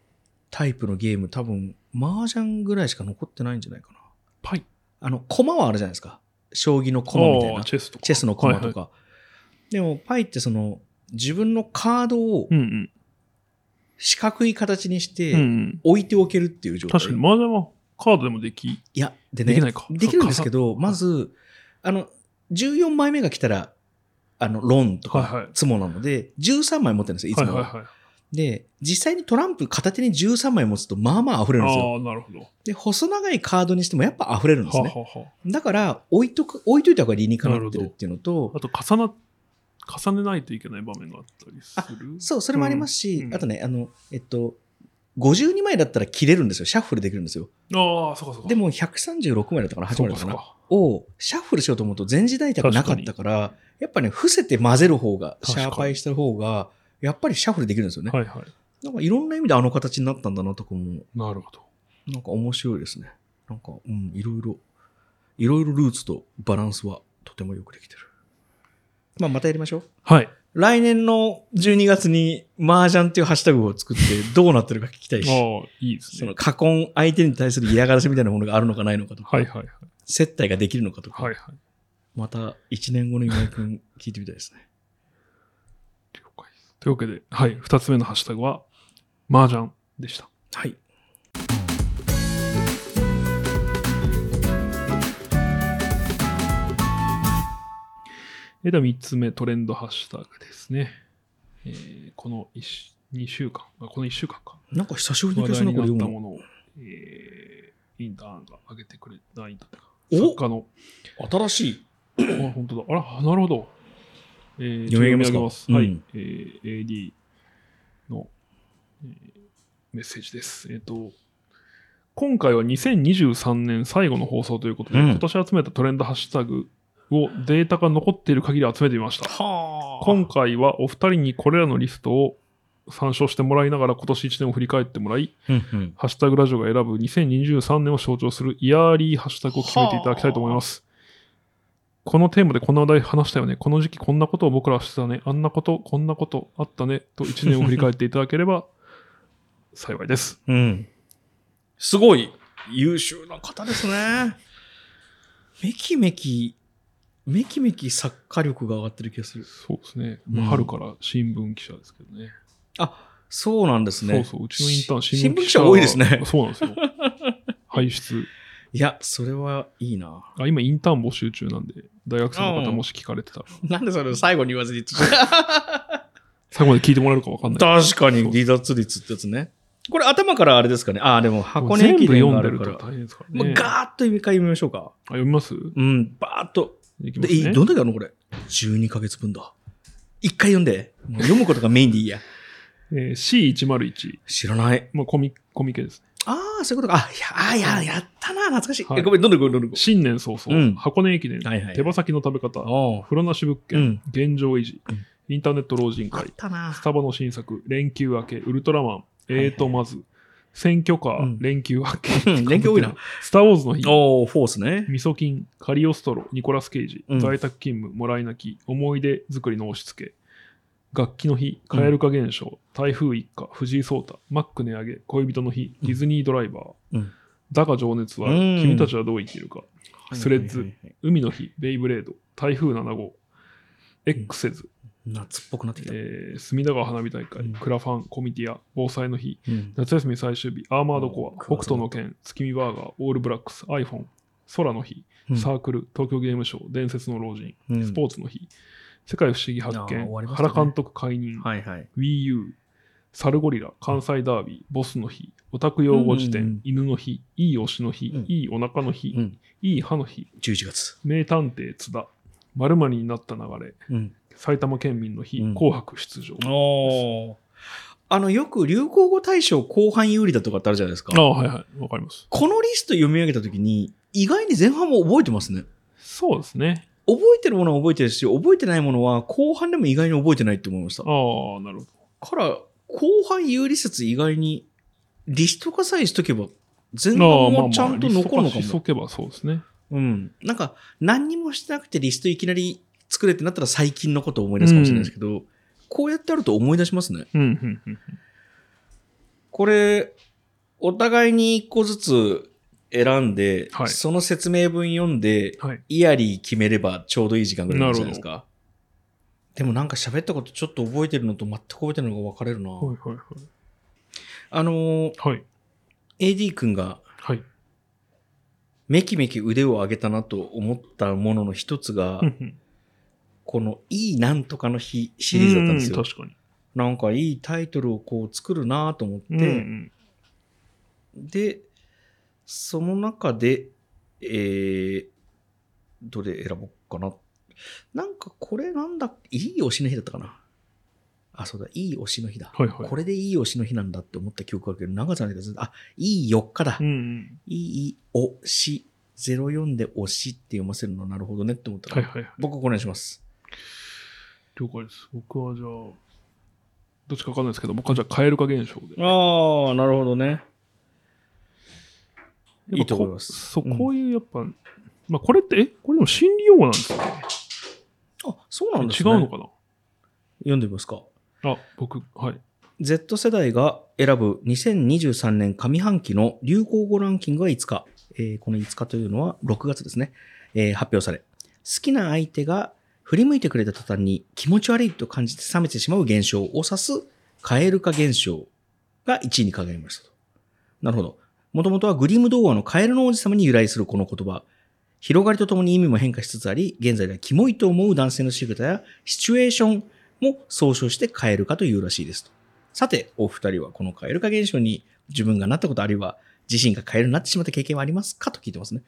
Speaker 1: タイプのゲーム多分、麻雀ぐらいしか残ってないんじゃないかな。
Speaker 2: パイ。
Speaker 1: あの、駒はあるじゃないですか。将棋の駒みたい
Speaker 2: あ
Speaker 1: な
Speaker 2: ー。チェスとか。
Speaker 1: チェスの駒とか。
Speaker 2: はいは
Speaker 1: でも、パイってその、自分のカードを
Speaker 2: いうん
Speaker 1: 四角い形にし
Speaker 2: うん。うんう
Speaker 1: て
Speaker 2: ん。
Speaker 1: 置いておけるっていう状態。
Speaker 2: 確かに、麻雀はカードでもでき、
Speaker 1: いや、でね。
Speaker 2: できないか。
Speaker 1: できるんですけ
Speaker 2: ど。
Speaker 1: ど、まず、あの、14枚目が来たら、あの、ロンと
Speaker 2: はいはい
Speaker 1: か、ツモなので、13枚持ってるんですよ、いつ
Speaker 2: はい
Speaker 1: もは。
Speaker 2: はいはい。
Speaker 1: で、実際にトランプ片手に13枚持つと、まあまあ溢れるんですよ。
Speaker 2: ああ、なるほど。
Speaker 1: で、細長いカードにしてもやっぱ溢れるんです
Speaker 2: は
Speaker 1: ね。
Speaker 2: はは。
Speaker 1: だから、置いとく、置いといた方が理にかなってるっていうのと、
Speaker 2: あと、重な、重ねないといけない場面があったりする。
Speaker 1: そう、それもありますし、
Speaker 2: うんうん
Speaker 1: あとね、あの、えっと、52枚だったら切れるんですよ。シャッフルできるんですよ。
Speaker 2: ああ、そうかそうか。
Speaker 1: でも、136枚だったかな、8
Speaker 2: そう
Speaker 1: 枚だった
Speaker 2: か
Speaker 1: か
Speaker 2: そう
Speaker 1: な。
Speaker 2: か。
Speaker 1: をシャッフルしようと思うと全時代卓なかったから、やっぱね、伏せて混ぜる方が、
Speaker 2: 確
Speaker 1: シ
Speaker 2: かに
Speaker 1: ャーパイした方が、やっぱりシャッフルできるんですよね。
Speaker 2: はいはい。
Speaker 1: なんかいろんな意味であの形になったんだなとかも、
Speaker 2: なるほど。
Speaker 1: なんか面白いですね。なんか、うん、いろいろ、いろいろルーツとバランスはとてもよくできてる。まあ、またやりましょう。
Speaker 2: はい。
Speaker 1: 来年の12月に麻雀っていうハッシュタグを作ってどうなってるか聞きたい
Speaker 2: あ
Speaker 1: し、
Speaker 2: あ、いいです
Speaker 1: そ
Speaker 2: ね
Speaker 1: の。過根相手に対する嫌がらせみたいなものがあるのかないのかとか、
Speaker 2: はいはいはい。
Speaker 1: 接待ができるのかとか、
Speaker 2: はいはい。
Speaker 1: また1年後の今井くん聞いてみたいですね。
Speaker 2: 了解ですというわけで、はい、2つ目のハッシュタグは、麻雀でした。
Speaker 1: はい。
Speaker 2: えでは3つ目、トレンドハッシュタグですね。えーこの1、2週間、あこの1週間か。
Speaker 1: なんか久しぶりに
Speaker 2: 話
Speaker 1: 消
Speaker 2: 題
Speaker 1: すな、これ
Speaker 2: になった
Speaker 1: 読むの。
Speaker 2: ものを、えーインターンが上げてくれた、インターンとか
Speaker 1: お
Speaker 2: 作家の、
Speaker 1: 新しい。
Speaker 2: あ、本当だ。あら、なるほど。えー、
Speaker 1: 読み上げますか
Speaker 2: ちょっと読み上げますはい、
Speaker 1: うん
Speaker 2: えー AD の、えーメッセージです。えっ、と、今回は2023年最後の放送ということで、
Speaker 1: うん
Speaker 2: 今年集めたトレンドハッシュタグをデータが残っている限り集めてみました。
Speaker 1: は
Speaker 2: 今回はお二人にこれらのリストを参照してもらいながら今年1年を振り返ってもらい、
Speaker 1: うんうん。
Speaker 2: ハッシュタグラジオが選ぶ2023年を象徴するイヤーリーハッシュタグを決めていただきたいと思います。このテーマでこんな話題話したよね。この時期こんなことを僕らはしてたね。あんなこと、こんなことあったね。と1年を振り返っていただければ幸いです。
Speaker 1: うん。すごい優秀な方ですね。 めきめき、めきめき作家力が上がってる気がする。
Speaker 2: そうですね。まあ
Speaker 1: うん
Speaker 2: 春から新聞記者ですけどね。
Speaker 1: あ、そうなんですね。
Speaker 2: そうそう。うちのインターン
Speaker 1: し
Speaker 2: 新聞記者
Speaker 1: 新聞記者多いですね
Speaker 2: そうなんですよ。輩出。
Speaker 1: いや、それはいいな。
Speaker 2: あ、今インターン募集中なんで、大学生の方もし聞かれてたら、
Speaker 1: なんでそれを最後に言わずに。
Speaker 2: 最後まで聞いてもらえるかわかんない。
Speaker 1: 確かに離脱率ってやつね。これ頭からあれですかね。ああ、でも
Speaker 2: も
Speaker 1: 箱根
Speaker 2: う全
Speaker 1: 駅
Speaker 2: 部
Speaker 1: 伝
Speaker 2: 読
Speaker 1: があ
Speaker 2: んで
Speaker 1: る
Speaker 2: る
Speaker 1: か
Speaker 2: と
Speaker 1: ら。
Speaker 2: 大変ですから
Speaker 1: もう
Speaker 2: ね。
Speaker 1: ガーッと一回読みましょうか。
Speaker 2: あ読みます
Speaker 1: うん、バーッと。
Speaker 2: いきま
Speaker 1: です
Speaker 2: ね
Speaker 1: えどんだけあるのこれ。12ヶ月分だ。一回読んで。もう読むことがメインでいいや。
Speaker 2: えー C101、
Speaker 1: 知らない。
Speaker 2: まあ、コミコミケですね。
Speaker 1: ああ、そういうことか。あ、いや、あーや、やったな、懐かしい。
Speaker 2: はい
Speaker 1: えごめん、どんどんどんどんどん。
Speaker 2: 新年早々、
Speaker 1: うん
Speaker 2: 箱根駅伝、
Speaker 1: はいはい
Speaker 2: 手羽先の食べ方、
Speaker 1: おう
Speaker 2: 風呂なし物
Speaker 1: う
Speaker 2: 件、
Speaker 1: ん。
Speaker 2: 現状維持
Speaker 1: う、
Speaker 2: インターネット老人
Speaker 1: あっ
Speaker 2: 会、
Speaker 1: たな
Speaker 2: ス。タバの新作、連休明け、ウルトラマ
Speaker 1: い
Speaker 2: ン、
Speaker 1: はい
Speaker 2: えーと、まず、選挙カー、
Speaker 1: うん
Speaker 2: 連休明け、
Speaker 1: うん連休多いな。
Speaker 2: スター・ウォーズの日、
Speaker 1: おおフォースね。
Speaker 2: ミソキン、カリオストロ、ニコラス・ケイジ、
Speaker 1: うん
Speaker 2: 在宅勤務、もらい泣き、思い出作りの押し付け、楽器の日、蛙化現象、台風一過、藤井聡太、マック値上げ、恋人の日、ディズニードライバー、
Speaker 1: うん
Speaker 2: だが情熱はある、
Speaker 1: うん
Speaker 2: 君たちはどう生きるか、スレッズ
Speaker 1: はいはいはい
Speaker 2: 海の日、ベイブレード、台風7号、エックセズ、
Speaker 1: 夏っぽくなってきた。
Speaker 2: えー隅田川花火大会、
Speaker 1: うん
Speaker 2: クラファン、コミティア、防災の日、
Speaker 1: うん
Speaker 2: 夏休み最終日、アーマード
Speaker 1: うん
Speaker 2: コア、北斗の拳、月見バーガー、オールブラックス、iPhone、空の日、
Speaker 1: うん
Speaker 2: サークル、東京ゲームショー、伝説の老人、
Speaker 1: うん
Speaker 2: スポーツの日、世界不思議発
Speaker 1: あー
Speaker 2: 見、
Speaker 1: 終わりましたね
Speaker 2: 原監督解任、
Speaker 1: はいはい。
Speaker 2: WiiU、サルゴリラ、関西ダービー、ボスの日、オタク用語辞典、
Speaker 1: うんうんうん
Speaker 2: 犬の日、いい推しの日、
Speaker 1: うん
Speaker 2: いいお腹の日、
Speaker 1: うん。
Speaker 2: いい歯の日、
Speaker 1: 11月。
Speaker 2: 名探偵津田、〇〇になった流れ、
Speaker 1: うん。
Speaker 2: 埼玉県民の日、
Speaker 1: うん
Speaker 2: 紅白出場。
Speaker 1: おーあの、よく流行語大賞後半有利だとかってあるじゃないですか。
Speaker 2: ああ、はいはい、わかります。
Speaker 1: このリスト読み上げたときに、意外に前半も覚えてますね。
Speaker 2: そうですね。
Speaker 1: 覚えてるものは覚えてるし、覚えてないものは後半でも意外に覚えてないって思いました。
Speaker 2: ああ、なるほど。
Speaker 1: から、後半有利説意外に、リスト化さえしとけば、前半もちゃんと残るのか
Speaker 2: リスト化しと
Speaker 1: も。
Speaker 2: けばそうですね。
Speaker 1: うん。なんか、何にもしてなくてリストいきなり作れってなったら最近のことを思い出すかもしれないですけど、こうやってあると思い出しますね。
Speaker 2: うん、うん、うん。
Speaker 1: これ、お互いに一個ずつ選んで、
Speaker 2: はい
Speaker 1: その説明文読んで、
Speaker 2: はい。
Speaker 1: イヤリー決めればちょうどいい時間ぐらいなんじゃないですか。でもなんか喋ったことちょっと覚えてるのと全く覚えてるのが分かれるな。
Speaker 2: はい、はい、
Speaker 1: あのー、
Speaker 2: はい。はい。
Speaker 1: AD 君が
Speaker 2: はい。
Speaker 1: めきめき腕を上げたなと思ったものの一つが、
Speaker 2: うん
Speaker 1: このいいなんとかの日シ
Speaker 2: う
Speaker 1: リーズだったんです
Speaker 2: う
Speaker 1: よ。
Speaker 2: 確かに。
Speaker 1: なんかいいタイトルをこう作るなと思って、
Speaker 2: うんうん
Speaker 1: で、その中で、えー、どれ選ぼうかな。なんかこれなんだ、いい推しの日だったかな。あ、そうだ、いい推しの日だ。
Speaker 2: はい、はい。
Speaker 1: これでいい推しの日なんだって思った記憶があるけど、長さないけど、あ、いい4日だ。
Speaker 2: うん、うん。
Speaker 1: いい推し、04で推しって読ませるのなるほどねって思ったか
Speaker 2: はい、
Speaker 1: ら、
Speaker 2: はい。
Speaker 1: 僕お願いします。
Speaker 2: 了解です。僕はじゃあ、どっちかわかんないですけど、僕はじゃあ、蛙化現象で。
Speaker 1: ああ、なるほどね。いいと思い
Speaker 2: やっぱこ
Speaker 1: ます
Speaker 2: そうう、
Speaker 1: ん
Speaker 2: こういうやっぱ、まあ、これって、え、これでも心理用語なんですか
Speaker 1: あ、そうなんです
Speaker 2: 違
Speaker 1: ね。
Speaker 2: うのか
Speaker 1: 読んでみますか。
Speaker 2: なあ、僕、はい。
Speaker 1: Z 世代が選ぶ2023年上半期の流行語ランキングは5日。えーこの5日というのは6月ですね、えー発表され。好きな相手が振り向いてくれた途端に気持ち悪いと感じて冷めてしまう現象を指す蛙化現象が1位に輝きましたと。なるほど。もともとはグリム童話のカエルの王子様に由来するこの言葉。広がりとともに意味も変化しつつあり、現在ではキモいと思う男性の仕草やシチュエーション、も総称してカエル化というらしいですと。さて、お二人はこのカエル化現象に自分がなったことあるいは自身がカエルになってしまった経験はありますかと聞いてますね。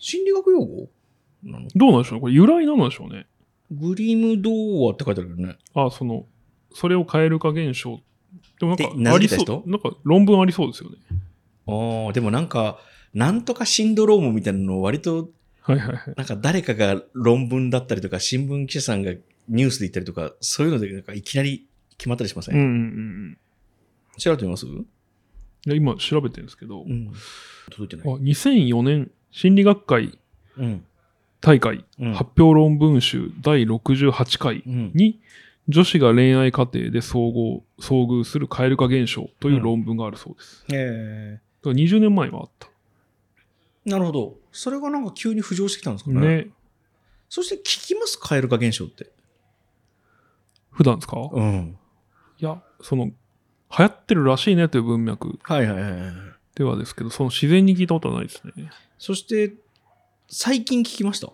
Speaker 1: 心理学用語なの
Speaker 2: どうなんでしょうねこれ由来なんなんでしょうね。
Speaker 1: グリム童話って書いてあるけどね。
Speaker 2: あ、その、それを変える化現象。でも
Speaker 1: で
Speaker 2: なんか、
Speaker 1: 名
Speaker 2: あ
Speaker 1: 付
Speaker 2: り
Speaker 1: けた
Speaker 2: そ
Speaker 1: 人
Speaker 2: う。なんか論文ありそうですよね。
Speaker 1: ああ、でもなんか、なんとかシンドロームみたいなのを割と、
Speaker 2: はいはいはい。
Speaker 1: なんか誰かが論文だったりとか、新聞記者さんがニュースで言ったりとか、そういうので、なんかいきなり決まったりしませ
Speaker 2: うんうん
Speaker 1: ん、
Speaker 2: うん
Speaker 1: 調べてみますう
Speaker 2: うん。で今調べてるんですけど、
Speaker 1: ん。届いて
Speaker 2: あ
Speaker 1: ない。
Speaker 2: 2004年心理学会
Speaker 1: うん。
Speaker 2: 大会
Speaker 1: うん
Speaker 2: 発表論文集第68回
Speaker 1: うん。
Speaker 2: に、女子が恋愛過程で遭遇遭遇する蛙化現象という論文があるそうです。
Speaker 1: え
Speaker 2: だから20年前はあった。
Speaker 1: ー、なるほど。それがなんか急に浮上してきたんですかね。
Speaker 2: ね。
Speaker 1: そして聞きます、カエル化現象って。
Speaker 2: 普段ですか
Speaker 1: うん。
Speaker 2: いや、その、流行ってるらしいねという文脈
Speaker 1: はいはいはいはい。
Speaker 2: ではですけど、その自然に聞いたことはないですね。
Speaker 1: そして、最近聞きました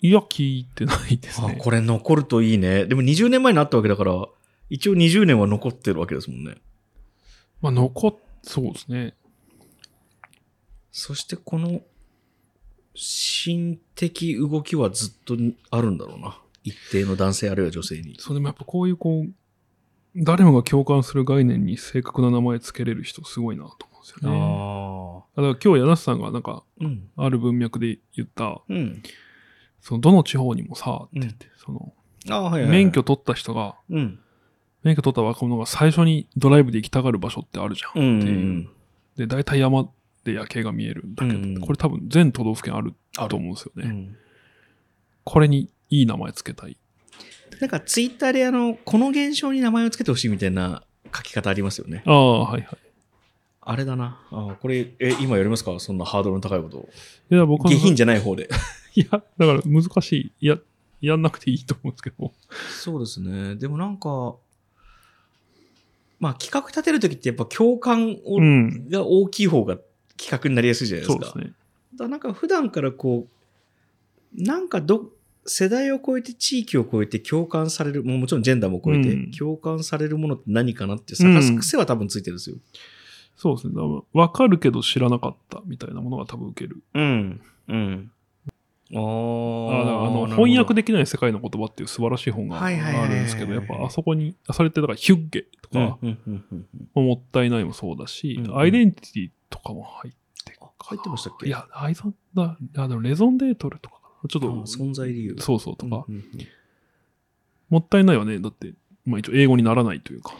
Speaker 2: いや、聞いてないです
Speaker 1: あ
Speaker 2: ね。
Speaker 1: これ残るといいね。でも20年前になったわけだから、一応20年は残ってるわけですもんね。
Speaker 2: まあ、残っ、そうですね。
Speaker 1: そしてこの、心的動きはずっとあるんだろうな。一定の男性あるいは女性に。
Speaker 2: そうでもやっぱこういうこう、誰もが共感する概念に正確な名前つけれる人すごいなと思うんですよね。
Speaker 1: あ
Speaker 2: だから今日柳瀬さんがなんか、
Speaker 1: あ。うん。
Speaker 2: ある文脈で言った、
Speaker 1: うん。
Speaker 2: その、どの地方にもさ、って言って、その、
Speaker 1: ああ、はい、はい。
Speaker 2: 免許取った人が、
Speaker 1: うん。
Speaker 2: 免許取った若者が最初にドライブで行きたがる場所ってあるじゃん。
Speaker 1: うん。うん
Speaker 2: って
Speaker 1: う。
Speaker 2: いうんで、大体山で夜景が見えるんだけど、
Speaker 1: うんうん
Speaker 2: これ多分全都道府県ある
Speaker 1: ある
Speaker 2: と思うんですよね。
Speaker 1: うん
Speaker 2: これにいい名前つけたい。
Speaker 1: なんかツイッターであの、この現象に名前をつけてほしいみたいな書き方ありますよね。
Speaker 2: ああ、はいはい。
Speaker 1: あれだな。ああこれ、え、今やりますかそんなハードルの高いことを。
Speaker 2: いや、僕は
Speaker 1: 下品じゃない方で。
Speaker 2: いや、だから難しい。いや、やんなくていいと思うんですけど。
Speaker 1: そうですね。でもなんか、まあ企画立てるときってやっぱ共感を、
Speaker 2: うん。
Speaker 1: が大きい方が企画になりやすいじゃないで
Speaker 2: そ
Speaker 1: す
Speaker 2: う
Speaker 1: か。
Speaker 2: ですね。
Speaker 1: だからなんか普段からこう、なんかど、世代を超えて地域を超えて共感される、もうもちろんジェンダーも超えて
Speaker 2: うん
Speaker 1: 共感されるものって何かなって探す癖は多分ついてるんですよ。
Speaker 2: そうですね。だからわかるけど知らなかったみたいなものが多分受ける。
Speaker 1: うん。うん。あ
Speaker 2: あ
Speaker 1: ー
Speaker 2: あだからあの翻訳できない世界の言葉っていう素晴らしい本があ
Speaker 1: はいはいはいはい
Speaker 2: るんですけど、やっぱあそこに、あそれってだからヒュッゲとか、
Speaker 1: うんうんうんうんうん
Speaker 2: もったいないもそうだし、
Speaker 1: うん
Speaker 2: アイデンティティとかも入って
Speaker 1: あ入ってましたっけ
Speaker 2: いや、アイゾンだ、あのレゾンデートルとかかな、ちょっ
Speaker 1: あ
Speaker 2: と、
Speaker 1: ー存在理由。
Speaker 2: そうそうとか、
Speaker 1: うんうんうん
Speaker 2: もったいないはね、だって、まあ一応英語にならないというか。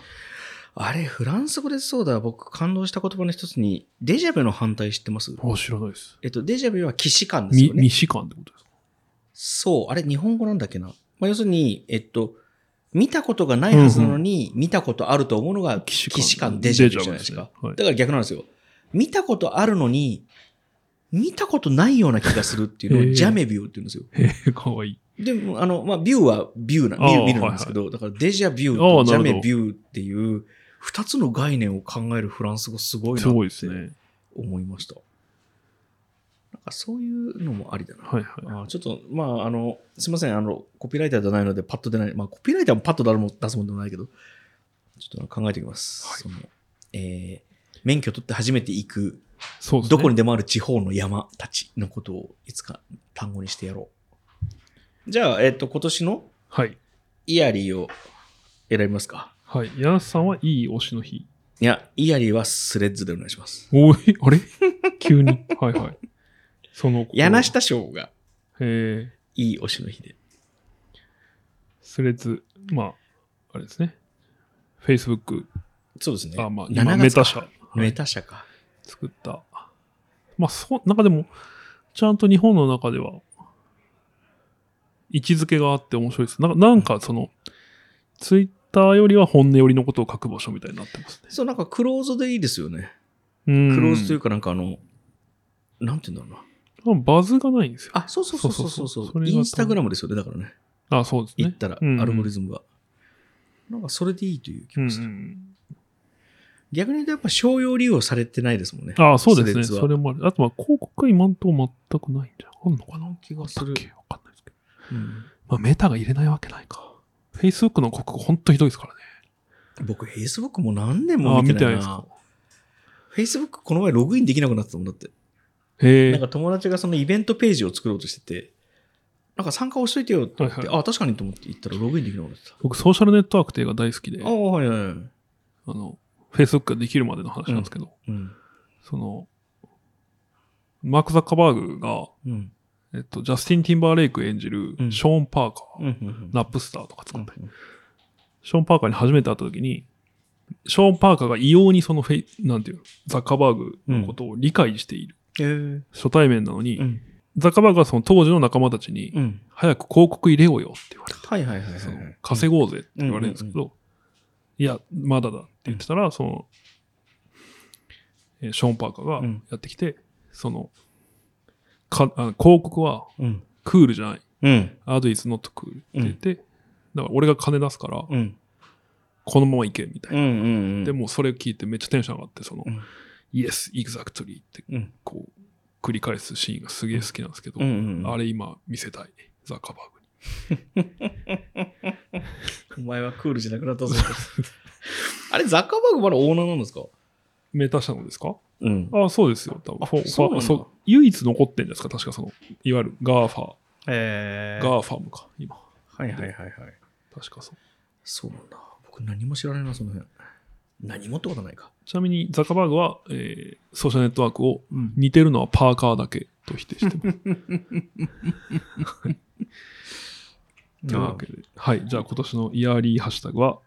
Speaker 1: あれ、フランス語でそうだ。僕、感動した言葉の一つに、デジャブの反対知ってます
Speaker 2: あ、知らないです。
Speaker 1: えっと、デジャブは既視感です
Speaker 2: み
Speaker 1: よね
Speaker 2: 未。視感ってことですか
Speaker 1: そう。あれ、日本語なんだっけな。まあ、要するに、えっと、見たことがないはずなのに、見たことあると思うのが、
Speaker 2: 既視
Speaker 1: 既視感、デジャブじゃないですか。
Speaker 2: はい
Speaker 1: だから逆なんですよ。見たことあるのに、見たことないような気がするっていうの
Speaker 2: へ
Speaker 1: を、
Speaker 2: え
Speaker 1: ジャメビューって言うんですよ。
Speaker 2: へえ、かわいい。
Speaker 1: でも、あの、まあ、ビューはビューな、見
Speaker 2: あ
Speaker 1: る
Speaker 2: あ
Speaker 1: 見るなんですけど、だからデジャビューとジャメビューっていう、二つの概念を考えるフランス語すごい
Speaker 2: すごい
Speaker 1: な
Speaker 2: です
Speaker 1: って
Speaker 2: ね。
Speaker 1: 思いました。なんかそういうのもありだな。
Speaker 2: はいはい。
Speaker 1: あちょっと、まあ、あの、すいません、あの、コピーライターじゃないので、パッと出ない。まあ、コピーライターもパッと誰も出すもんでもないけど、ちょっと考えておきます。
Speaker 2: はい
Speaker 1: その、えー免許取って初めて行く、
Speaker 2: そうですね。
Speaker 1: どこにでもある地方の山たちのことをいつか単語にしてやろう。じゃあ、えっ、と、今年の
Speaker 2: はい。
Speaker 1: イヤリーを選びますか。
Speaker 2: はい。柳瀬さんはいい推しの日。
Speaker 1: いや、イヤリーはスレッズでお願いします。
Speaker 2: おい、あれ 急に。はいはい。その、
Speaker 1: 柳。下賞が
Speaker 2: えー、
Speaker 1: いい推しの日で。
Speaker 2: スレッズ、まあ、あれですね。Facebook、
Speaker 1: そうですね。
Speaker 2: あ、まあ、今
Speaker 1: 7
Speaker 2: メ
Speaker 1: 月か
Speaker 2: タ社
Speaker 1: メタ社か。
Speaker 2: 作った。まあ、そう、なんかでも、ちゃんと日本の中では、位置づけがあって面白いです。なんか、なんかその、ツイッターよりは本音よりのことを書く場所みたいになってますね。
Speaker 1: そう、なんかクローズでいいですよね。
Speaker 2: うん
Speaker 1: クローズというか、なんかあの、なんて言うんだろう
Speaker 2: バズがないんですよ。
Speaker 1: な。あ、そうそうそうそうそうそ
Speaker 2: そううそうそうそれが
Speaker 1: インスタグラムですよね、だからね。
Speaker 2: あ、そうですね。
Speaker 1: 言ったら、
Speaker 2: うんうん
Speaker 1: アルゴリズムが。なんかそれでいいという気
Speaker 2: うん
Speaker 1: が
Speaker 2: う
Speaker 1: する。
Speaker 2: ん
Speaker 1: 逆に言うと、やっぱ商用利用されてないですもんね。
Speaker 2: あそうですね。
Speaker 1: スレッズは
Speaker 2: それもある。あとは広告が今んとこ全くないんじゃん。あんのかな
Speaker 1: な気が
Speaker 2: あっ
Speaker 1: す
Speaker 2: たっ
Speaker 1: る。
Speaker 2: けわかんないですけど。
Speaker 1: うん
Speaker 2: まあ、メタが入れないわけないか。Facebook の広告ほんとひどいですからね。
Speaker 1: 僕、Facebook もう何年も見てない
Speaker 2: あ見てない
Speaker 1: な。Facebook この前ログインできなくなってたもんだって。
Speaker 2: へ
Speaker 1: なん
Speaker 2: え。
Speaker 1: か友達がそのイベントページを作ろうとしてて、なんか参加押しといてよって言って、
Speaker 2: はい
Speaker 1: あ、確かにと思って行ったらログインできなくなってた。
Speaker 2: 僕、ソーシャルネットワークって映画大好きで、
Speaker 1: あ
Speaker 2: あ
Speaker 1: あ、はいはいはい。う
Speaker 2: の、Facebook ができるまでの話なんですけど、
Speaker 1: ん。
Speaker 2: その、マーク・ザッカーバーグが、
Speaker 1: うん。
Speaker 2: えっと、ジャスティン・ティンバーレイク演じる
Speaker 1: うん
Speaker 2: ショーン・パーカー、
Speaker 1: うんうん。
Speaker 2: ナップスターとか使って、
Speaker 1: うん
Speaker 2: ショーン・パーカーに初めて会った時に、ショーン・パーカーが異様にそのフェイ、なんていうの、ザッカーバーグのことを理解している。
Speaker 1: へえ
Speaker 2: 初対面なのに、
Speaker 1: うん。
Speaker 2: ザッカーバーグはその当時の仲間たちに、
Speaker 1: うん。
Speaker 2: 早く広告入れようよって言われて、
Speaker 1: はいはいはいはい
Speaker 2: その
Speaker 1: はい。
Speaker 2: 稼ごうぜって言われるんですけど、いや、まだだって言ってたら、その、えーショーン・パーカーが
Speaker 1: うん
Speaker 2: やってきて、その、かあの広告は
Speaker 1: うん。
Speaker 2: クールじゃない。
Speaker 1: うん。
Speaker 2: アドイズノットクールって言って、だから俺が金出すから、
Speaker 1: うん。
Speaker 2: このまま行けみたい
Speaker 1: うんう
Speaker 2: な。
Speaker 1: ん。
Speaker 2: で、もうそれ聞いてめっちゃテンション上がって、その、
Speaker 1: うん
Speaker 2: Yes, exactly って
Speaker 1: うん。
Speaker 2: こう、繰り返すシーンがすげえ好きなんですけど、
Speaker 1: うんうんうん
Speaker 2: あれ今見せたい、ザッカーバーグに。
Speaker 1: お前はクールじゃなくなったぞ。 あれ、ザッカーバーグまだオーナーなんですか
Speaker 2: メタ社のですか
Speaker 1: うん。
Speaker 2: ああ、そうですよ。多分
Speaker 1: あ
Speaker 2: フォ
Speaker 1: そうなんだ
Speaker 2: ファう唯一残ってんじゃないですか、確かその、いわゆるガーファ
Speaker 1: え
Speaker 2: ー、
Speaker 1: ー、
Speaker 2: ガーファムか、今。
Speaker 1: はいはいはいはい。
Speaker 2: 確かそう。
Speaker 1: そうなんだ。僕何も知らないな、その辺。何もってことはないか。
Speaker 2: ちなみに、ザッカーバーグは、えーソーシャルネットワークを
Speaker 1: うん。
Speaker 2: 似てるのはパーカーだけと否定して ます。というわけで、はい。じゃあ今年のイヤーリーハッシュタグは、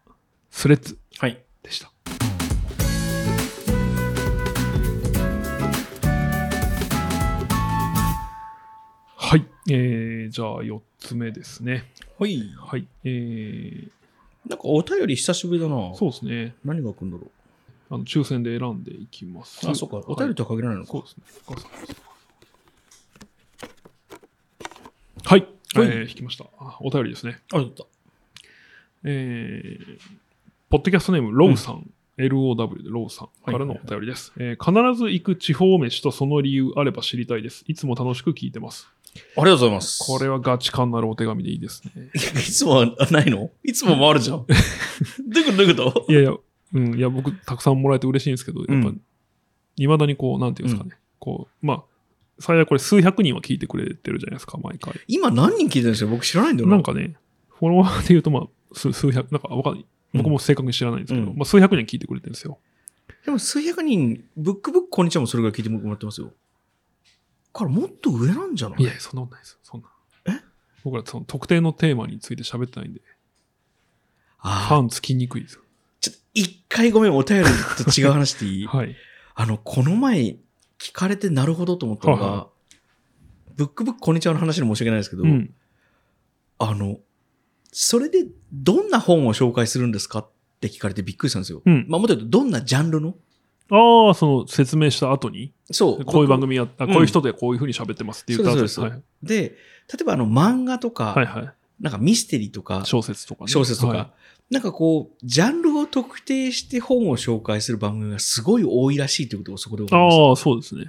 Speaker 2: スレッズ
Speaker 1: はい。
Speaker 2: でした。はい。えー、じゃあ4つ目ですね。
Speaker 1: ほい。
Speaker 2: はい。えー、
Speaker 1: なんかお便り久しぶりだな。
Speaker 2: そうですね。
Speaker 1: 何が来るんだろ
Speaker 2: あの抽選で選んでいきます。
Speaker 1: う。あ、そうか。お便りとは限らないのか。
Speaker 2: そうですね。はい。
Speaker 1: はい
Speaker 2: えー引きました。あお便りですね。
Speaker 1: あ、だった。
Speaker 2: えーポッドキャストネーム、ロウさん。LOW でロウさんからのお便りです、えー必ず行く地方飯とその理由あれば知りたいです。いつも楽しく聞いてます。
Speaker 1: ありがとうございます。
Speaker 2: これはガチ感のあるお手紙でいいですね。
Speaker 1: いつもはないのいつも回るじゃ ん。どういうことどういうこと
Speaker 2: いやいや、うん、いや、僕、たくさんもらえて嬉しいんですけど、やっ
Speaker 1: う
Speaker 2: ぱ、いまだにこう、なんていうんですかね、こう、まあ、最悪これ数百人は聞いてくれてるじゃないですか、毎回。
Speaker 1: 今何人聞いてるんですか僕知らないんだよ
Speaker 2: なんかね、フォロワーで言うと、まあ、数数百、なんかわかんない。僕も正確に知らないんですけど、
Speaker 1: うん
Speaker 2: まあ、数百人聞いてくれてるんですよ。
Speaker 1: でも数百人、ブックブックこんにちはもそれぐらい聞いてもらってますよ。からもっと上なんじゃない
Speaker 2: いやいや、そんなことないですよ。そんな。僕らその特定のテーマについて喋ってないんで、フ
Speaker 1: ああ、
Speaker 2: ァンつきにくいですよ。
Speaker 1: ちょっと一回ごめん、お便りと違う話で いい
Speaker 2: はい。
Speaker 1: あの、この前聞かれてなるほどと思ったの
Speaker 2: はい
Speaker 1: が
Speaker 2: は、
Speaker 1: ブックブックこんにちはの話で申し訳ないですけど、
Speaker 2: うん。
Speaker 1: あの、それでどんな本を紹介するんですかって聞かれてびっくりしたんですよ。
Speaker 2: うん。
Speaker 1: まあもっと言うと、どんなジャンルの
Speaker 2: ああ、その説明した後に、
Speaker 1: そう。
Speaker 2: こういう番
Speaker 1: 僕
Speaker 2: 組やった、
Speaker 1: う
Speaker 2: あ
Speaker 1: ん
Speaker 2: こういう人でこういうふうに喋ってますって言っ
Speaker 1: そ
Speaker 2: た後
Speaker 1: う
Speaker 2: で
Speaker 1: です
Speaker 2: す。
Speaker 1: そう
Speaker 2: は
Speaker 1: で
Speaker 2: い
Speaker 1: で、例えばあの漫画とか、
Speaker 2: はいはい。
Speaker 1: なんかミステリーとか、
Speaker 2: 小説とかね。
Speaker 1: 小説とか、
Speaker 2: は
Speaker 1: なんかこう、ジャンルを特定して本を紹介する番組がすごい多いらしいということをそこで分
Speaker 2: い。
Speaker 1: かりまし
Speaker 2: ああ、そうですね。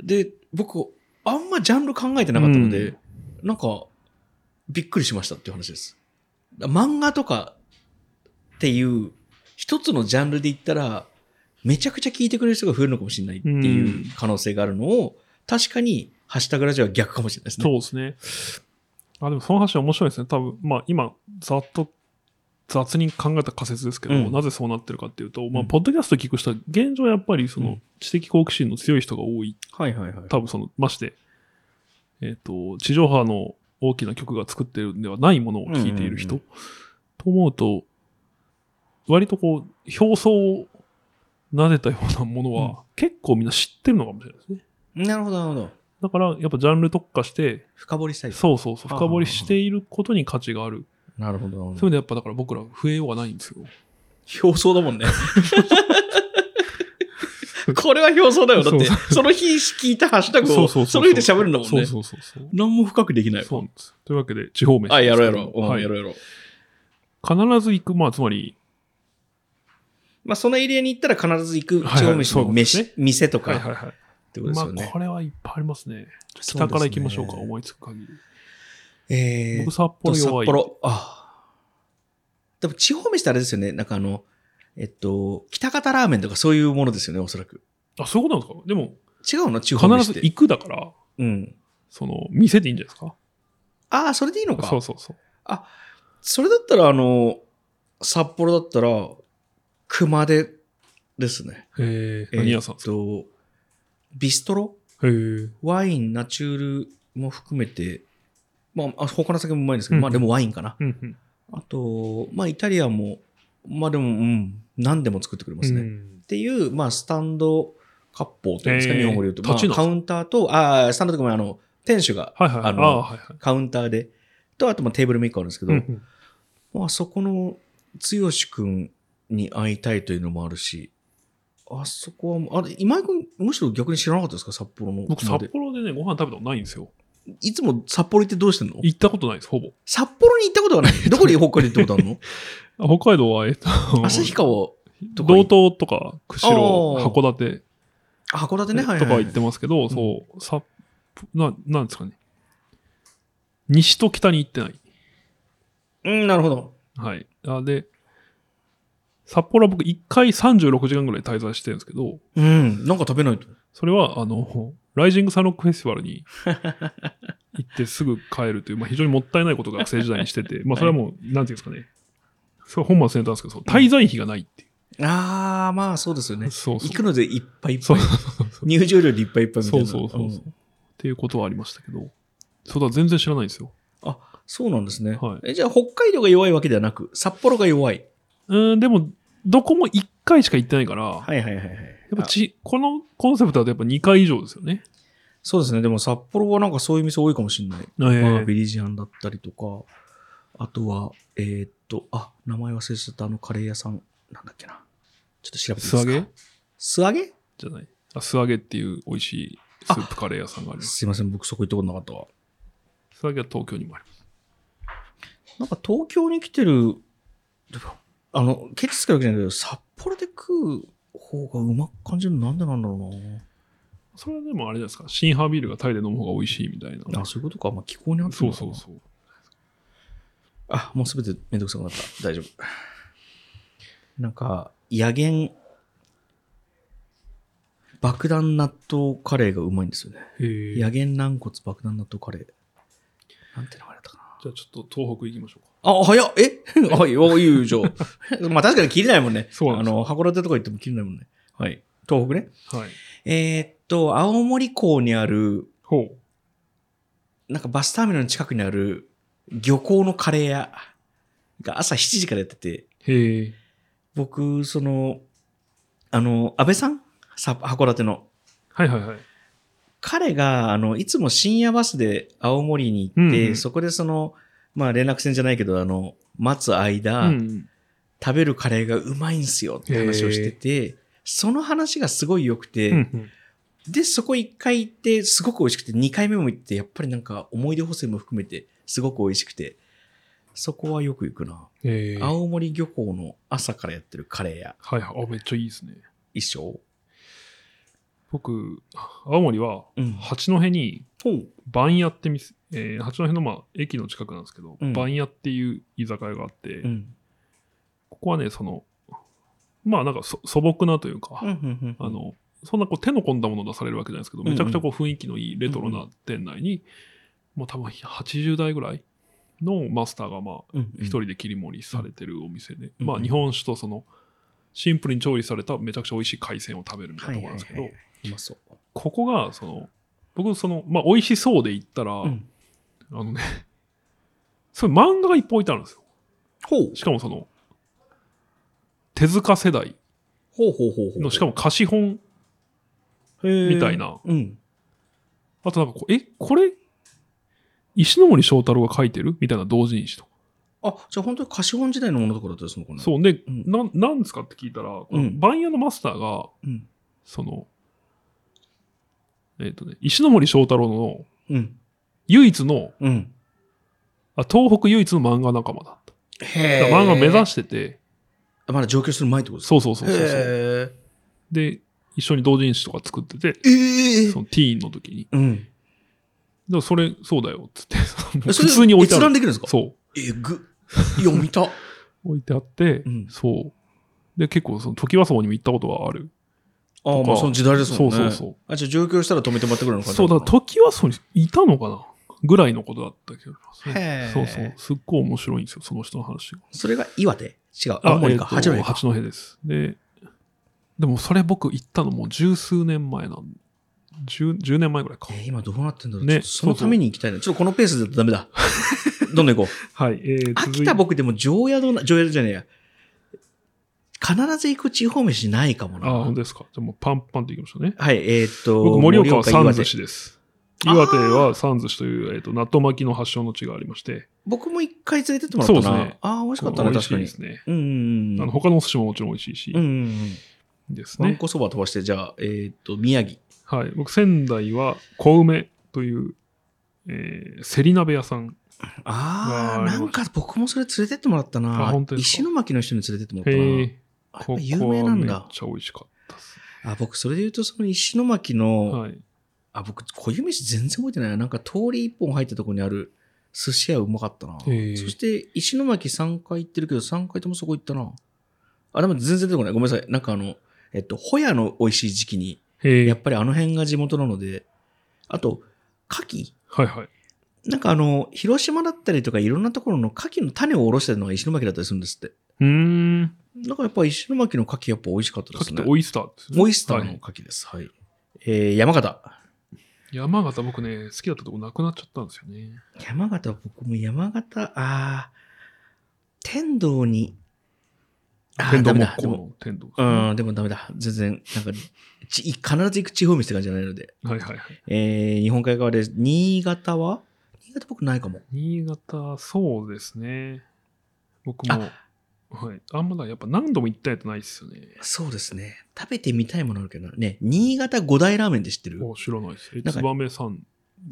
Speaker 1: た。で、僕、あんまジャンル考えてなかったので、なんか、びっくりしましたっていう話です。だ漫画とかっていう、一つのジャンルで言ったら、めちゃくちゃ聞いてくれる人が増えるのかもしれないっていう可能性があるのを、確かに、ハッシュタグラジオは逆かもしれないですね。
Speaker 2: そうですね。あ、でもその話面白いですね。多分、まあ今、ざっと雑に考えた仮説ですけど、
Speaker 1: うん
Speaker 2: なぜそうなってるかっていうと、まあ、
Speaker 1: うん
Speaker 2: ポッドキャスト聞く人は、現状やっぱりそうの
Speaker 1: ん
Speaker 2: 知的好奇心の強い人が多い。
Speaker 1: はいはいはい。
Speaker 2: 多分その、まして、えっ、と、地上波の大きな曲が作ってるんではないものを聞いている人、
Speaker 1: うん
Speaker 2: と思うと、割とこう、表層を撫でたようなものは、
Speaker 1: うん
Speaker 2: 結構みんな知ってるのかもしれないですね。
Speaker 1: なるほどなるほど。
Speaker 2: だから、やっぱジャンル特化して、
Speaker 1: 深掘りしたい。
Speaker 2: そうそうそう、
Speaker 1: あー
Speaker 2: 深掘りしていることに価値がある。
Speaker 1: なるほどなるほど
Speaker 2: そういう意味でやっぱだから僕ら増えようがないんですよ。
Speaker 1: 表層だもん ね。これは表層だよ。だって
Speaker 2: そ、
Speaker 1: その日聞いたハッシュタグ
Speaker 2: そ
Speaker 1: を、
Speaker 2: うそうそう
Speaker 1: その日で喋るんだもん
Speaker 2: そう
Speaker 1: ね。
Speaker 2: そうそうそう。
Speaker 1: 何も深くできない
Speaker 2: そう
Speaker 1: わ。
Speaker 2: なんです。というわけで、地方飯。
Speaker 1: あ、やろうやろう。うん
Speaker 2: はい
Speaker 1: やろうやろう。
Speaker 2: 必ず行く、まあつまり、
Speaker 1: まあ、そのエリアに行ったら必ず行く
Speaker 2: はいはい
Speaker 1: 地方飯
Speaker 2: そういう
Speaker 1: の
Speaker 2: ことです
Speaker 1: 飯、
Speaker 2: ね
Speaker 1: 店と
Speaker 2: は
Speaker 1: か
Speaker 2: い
Speaker 1: っ
Speaker 2: はい
Speaker 1: て
Speaker 2: はい。
Speaker 1: ことで
Speaker 2: ますあ
Speaker 1: よね。
Speaker 2: これはいっぱいありますね。
Speaker 1: そうですね
Speaker 2: 北から行きましょうか、思いつく限り。
Speaker 1: えー、
Speaker 2: 僕、札幌弱い。
Speaker 1: 札幌。ああ。でも地方飯ってあれですよね。なんかあの、えっと、北方ラーメンとかそういうものですよね、おそらく。
Speaker 2: あ、そういうことなんですかでも、
Speaker 1: 違うの地方
Speaker 2: 必
Speaker 1: 飯っ
Speaker 2: ず
Speaker 1: て。
Speaker 2: 行くだから、
Speaker 1: うん。
Speaker 2: その、店でいいんじゃないですか
Speaker 1: ああ、それでいいのか。
Speaker 2: そうそうそう。
Speaker 1: それだったら、あの、札幌だったら、熊手ですね。
Speaker 2: えー、何屋さ
Speaker 1: え
Speaker 2: んで
Speaker 1: っ
Speaker 2: すか
Speaker 1: と、ビストロ
Speaker 2: へー
Speaker 1: ワイン、ナチュールも含めて、まあ、あ他の酒もうまいんですけど、
Speaker 2: うん
Speaker 1: まあでもワインかな。
Speaker 2: うんうん。
Speaker 1: あと、まあイタリアンも、まあでも、うん、何でも作ってくれますね。っ
Speaker 2: うん
Speaker 1: ていう、まあスタンド割烹というんですか、
Speaker 2: えー
Speaker 1: 日本語で言うと。まあ
Speaker 2: 立ちの
Speaker 1: カウンターと、ああ、スタンドとかもあの、店主が
Speaker 2: はいはい。あ
Speaker 1: あの
Speaker 2: あ、はいはい。
Speaker 1: カウンターで、と、あとまあテーブルも一個あるんですけど、
Speaker 2: うんうん
Speaker 1: まあそこの剛君に会いたいというのもあるし、あそこはもう、あれ、今井君、むしろ逆に知らなかったですか札幌の。
Speaker 2: 僕、
Speaker 1: 今まで
Speaker 2: 札幌でね、ご飯食べたことないんですよ。
Speaker 1: いつも札幌行ってどうしてんの
Speaker 2: 行ったことないです、ほぼ。
Speaker 1: 札幌に行ったことは ない。どこで北海道行ったことあるの
Speaker 2: あ北海道は、えっと、
Speaker 1: 旭川、とか
Speaker 2: 道東とか、釧
Speaker 1: あ
Speaker 2: 路、
Speaker 1: ー
Speaker 2: 函館
Speaker 1: あ函館ね、はいはい、はい。
Speaker 2: とか行ってますけど、そう、さな、なんですかね。西と北に行ってない。
Speaker 1: うん、なるほど。
Speaker 2: はい。あで、札幌は僕1回36時間ぐらい滞在してるんですけど、
Speaker 1: うん、なんか食べないと。
Speaker 2: それは、あの、ライジングサンロックフェスティバル に行ってすぐ帰るという、まあ、非常にもったいないことを学生時代にして て、まあそれはもう、なんていうんですかね。そう本末転倒なんですけどそう、滞在費がないってい
Speaker 1: ああ、まあそうですよ
Speaker 2: う。
Speaker 1: ね。
Speaker 2: そうそう。
Speaker 1: 行くのでいっぱいいっぱ
Speaker 2: そう
Speaker 1: い。入場料でいっぱいいっぱいみたいな。
Speaker 2: そうそうそうそうんっていうことはありましたけど、そうだ、全然知らないんですよ。
Speaker 1: そうなんですね、
Speaker 2: はい
Speaker 1: え。じゃあ北海道が弱いわけではなく、札幌が弱い。
Speaker 2: うん、でも、どこも1回しか行ってないから、
Speaker 1: はいはいはいはい。
Speaker 2: やっぱ
Speaker 1: あ
Speaker 2: ち、このコンセプトだとやっぱ2回以上ですよね。
Speaker 1: そうですね。でも札幌はなんかそういう店多いかもしれない。
Speaker 2: えー
Speaker 1: まあ、ビリジアンだったりとか、あとは、えーっと、あ、名前忘れちゃったあのカレー屋さん、なんだっけな。ちょっと調べていいです
Speaker 2: 素
Speaker 1: か
Speaker 2: 揚げ
Speaker 1: 素揚げ
Speaker 2: じゃない。あ素揚げっていう美味しいスープカレー屋さんがあります。
Speaker 1: すいません、僕そこ行ったことなかったわ。
Speaker 2: 素揚げは東京にもあります。
Speaker 1: なんか東京に来てる、でもあの、ケチつけるわけじゃないけど、札幌で食う方がうまく感じるのなんでなんだろう
Speaker 2: それはでもあれじゃないですか。シンハービールがタイで飲む方が美味しいみたい
Speaker 1: な。
Speaker 2: な。
Speaker 1: あ、そういうことか。まあ、気候に合ってる
Speaker 2: そ
Speaker 1: の
Speaker 2: う
Speaker 1: かな
Speaker 2: そうそう。
Speaker 1: あ、もうすべてめんどくさくなった。大丈夫。なんか、野源、爆弾納豆カレーがうまいんですよね。
Speaker 2: へえ。じゃ
Speaker 1: 野源軟骨爆弾納豆カレー。なんて名前だったかな。
Speaker 2: あちょっと東北行きましょうか。
Speaker 1: あ、早っえ あ、いいよ、いいよ、じゃ あまあ確かに切れないもんね。
Speaker 2: そうなん
Speaker 1: あ
Speaker 2: ですよ
Speaker 1: の、函館とか行っても切れないもんね。はい。東北ね。
Speaker 2: はい。
Speaker 1: えーっと、青森港にある、
Speaker 2: ほう。
Speaker 1: なんかバスターミナルの近くにある漁港のカレー屋が朝7時からやってて、
Speaker 2: へえ。
Speaker 1: 僕、その、あの、安倍さんさ函館の。
Speaker 2: はいはいはい。
Speaker 1: 彼が、あの、いつも深夜バスで青森に行って、
Speaker 2: うんうん
Speaker 1: そこでその、まあ連絡船じゃないけど、あの、待つ
Speaker 2: う
Speaker 1: 間、
Speaker 2: ん。
Speaker 1: 食べるカレーがうまいんすよって話をしてて、その話がすごい良くて、
Speaker 2: うんうん。
Speaker 1: で、そこ1回行って、すごく美味しくて、2回目も行って、やっぱりなんか思い出補正も含めて、すごく美味しくて、そこはよく行くな。
Speaker 2: へえ。はい
Speaker 1: 青森漁港の朝からやってるカレー屋、
Speaker 2: はい。あ、めっちゃいいですね。
Speaker 1: 一緒
Speaker 2: 僕、青森は
Speaker 1: うん
Speaker 2: 八戸に
Speaker 1: ほう。
Speaker 2: 番屋って店、えー八戸のまあ駅の近くなんですけど、
Speaker 1: うん
Speaker 2: 番屋っていう居酒屋があって、
Speaker 1: うん。
Speaker 2: ここはね、その、まあなんかそ素朴なというか、あの、そんなこう手の込んだもの出されるわけじゃないですけど、
Speaker 1: うんうん
Speaker 2: めちゃくちゃこう雰囲気のいいレトロな店内に、もう多分80代ぐらいのマスターがまあ一人で切り盛りされてるお店で、
Speaker 1: うん
Speaker 2: まあ日本酒とそのシンプルに調理されためちゃくちゃ美味しい海鮮を食べるみたいなところなんですけど、
Speaker 1: はいはいはい、うまそう。
Speaker 2: ここがその、僕その、まあ美味しそうで言ったら、
Speaker 1: うん
Speaker 2: あのね、それ漫画がいっぱい置いてあるんですよ。
Speaker 1: ほう
Speaker 2: しかもその、手塚世代
Speaker 1: ほうほうほうほう。
Speaker 2: の、しか
Speaker 1: も、
Speaker 2: も貸本、みたいな
Speaker 1: うん。
Speaker 2: あとなんかこう、え、これ、石ノ森章太郎が書いてるみたいな同人誌とか。
Speaker 1: あ、じゃあ本当に貸本時代のものとかだったりするのかなう。
Speaker 2: そう。で、
Speaker 1: ん
Speaker 2: なん、なんですかって聞いたら、こ
Speaker 1: う
Speaker 2: の
Speaker 1: ん
Speaker 2: 番屋のマスターが、
Speaker 1: うん。
Speaker 2: その、えっ、とね、石ノ森章太郎の
Speaker 1: うん。
Speaker 2: 唯一の、
Speaker 1: うん。
Speaker 2: あ東北唯一の漫画仲間だった。
Speaker 1: へ
Speaker 2: だから漫画目指
Speaker 1: し
Speaker 2: してて、
Speaker 1: まだ上京する前ってことですか
Speaker 2: そうそうそうそうそう。
Speaker 1: へ
Speaker 2: で、一緒に同人誌とか作ってて、
Speaker 1: ええ
Speaker 2: そのティーンの時に。
Speaker 1: うん。
Speaker 2: でもそれ、そうだよ、っつって、 その
Speaker 1: え
Speaker 2: 普
Speaker 1: それ
Speaker 2: 通に置いてあ
Speaker 1: 閲覧
Speaker 2: る。
Speaker 1: できるんですか
Speaker 2: そう。
Speaker 1: えぐ。読 みた。
Speaker 2: 置いてあって、
Speaker 1: うん
Speaker 2: そう。で、結構、その、時はそうにも行ったことはある。
Speaker 1: ああ、
Speaker 2: とか
Speaker 1: まあその時代ですもんね。
Speaker 2: そうそうそう
Speaker 1: あ、じゃあ上京したら止めてもらってくるのかな
Speaker 2: そうだ、時はそうにいたのかなぐらいのことだったけど。
Speaker 1: へー
Speaker 2: そうそう。すっごい面白いんですよ、その人の話が。
Speaker 1: それが岩手違う。青森か。
Speaker 2: えーと
Speaker 1: 八戸か。
Speaker 2: 八戸です。で、でもそれ僕行ったのもう十数年前なん十10年前ぐらいか
Speaker 1: え。ー今どうなってんだろう。
Speaker 2: ね
Speaker 1: ちょっとそのために行きたいな。ちょっとこのペースだとダメ だ。どんどん行こう。
Speaker 2: はい。えー、続い
Speaker 1: 秋田僕でも常宿な、常宿じゃねえや。必ず行く地方飯ないかも
Speaker 2: あ、本
Speaker 1: な。
Speaker 2: 当ですか。じゃあもうパンパンと行きましたね。
Speaker 1: はい、えーっと、
Speaker 2: 僕、盛岡は三
Speaker 1: 岩
Speaker 2: 寿
Speaker 1: 手
Speaker 2: 司です。
Speaker 1: あー
Speaker 2: 岩手は三寿司という、えー、と納豆巻きの発祥の地がありまして、
Speaker 1: 僕も一回連れてってもらったな。
Speaker 2: そうですね
Speaker 1: ああ、美味しかった
Speaker 2: こ
Speaker 1: ね、
Speaker 2: れ美
Speaker 1: 確
Speaker 2: 味し
Speaker 1: か
Speaker 2: いで
Speaker 1: に。
Speaker 2: すね。
Speaker 1: うんうんうん。
Speaker 2: あの他のお寿司ももちろん美味しいし、
Speaker 1: うんうんうん。
Speaker 2: です
Speaker 1: わん
Speaker 2: ね。
Speaker 1: こそば飛ばして、じゃあ、えーっと、宮城。
Speaker 2: はい、僕、仙台は小梅という、えー、せり鍋屋さん。
Speaker 1: あ
Speaker 2: わ
Speaker 1: あ、
Speaker 2: あ
Speaker 1: なんか僕もそれ連れてってもらったな。
Speaker 2: あ本当です
Speaker 1: 石
Speaker 2: か
Speaker 1: 巻の人に連れてってもら
Speaker 2: へ
Speaker 1: ったな。
Speaker 2: え、
Speaker 1: あやっぱ
Speaker 2: ここ
Speaker 1: 有名な
Speaker 2: はめ
Speaker 1: ん
Speaker 2: っ
Speaker 1: だ。
Speaker 2: ちゃ美味しかったです。
Speaker 1: あ、僕、それで言うと、その石巻の、
Speaker 2: はい。
Speaker 1: あ、僕、小湯飯全然覚えてないな。なんか通り一本入ったところにある寿司屋うまかったな。そ
Speaker 2: へえ
Speaker 1: して、石巻3回行ってるけど、3回ともそこ行ったな。あ、でも全然出てこない。ごめんなさい。なんかあの、えっと、ホヤの美味しい時期に、
Speaker 2: へ
Speaker 1: や
Speaker 2: え
Speaker 1: っ、ぱりあの辺が地元なので、あと、牡蠣
Speaker 2: はいはい。
Speaker 1: なんかあの、広島だったりとかいろんなところの牡蠣の種をおろしてるのが石巻だったりするんですって。
Speaker 2: うーん。
Speaker 1: なんかやっぱ石巻の牡蠣やっぱ美味しかったで
Speaker 2: か
Speaker 1: す
Speaker 2: きって
Speaker 1: ね。
Speaker 2: オイスターですね。
Speaker 1: オイスター
Speaker 2: は
Speaker 1: の
Speaker 2: い
Speaker 1: 牡蠣です。はい。えー、山形。
Speaker 2: 山形、僕ね、好きだったとこなくなっちゃったんですよね。
Speaker 1: 山形は僕も山形、ああー、天童に、あー
Speaker 2: 天
Speaker 1: ダ
Speaker 2: 童
Speaker 1: メ
Speaker 2: 木
Speaker 1: だ。で
Speaker 2: 工
Speaker 1: も、
Speaker 2: の天童。
Speaker 1: うん、でもダメだ。全然、なんか、ち必ず行く地方飯って感じじゃないので。
Speaker 2: はいはいはい。
Speaker 1: えー、日本海側です。新潟は新潟僕ないかも。
Speaker 2: 新潟、そうですね。僕も、はい。あんまだ、やっぱ何度も行ったやつないっすよね。
Speaker 1: そうですね。食べてみたいものあるけどなね、新潟五大ラーメンで知ってる
Speaker 2: お知らないです。え、
Speaker 1: なんか
Speaker 2: つばめさん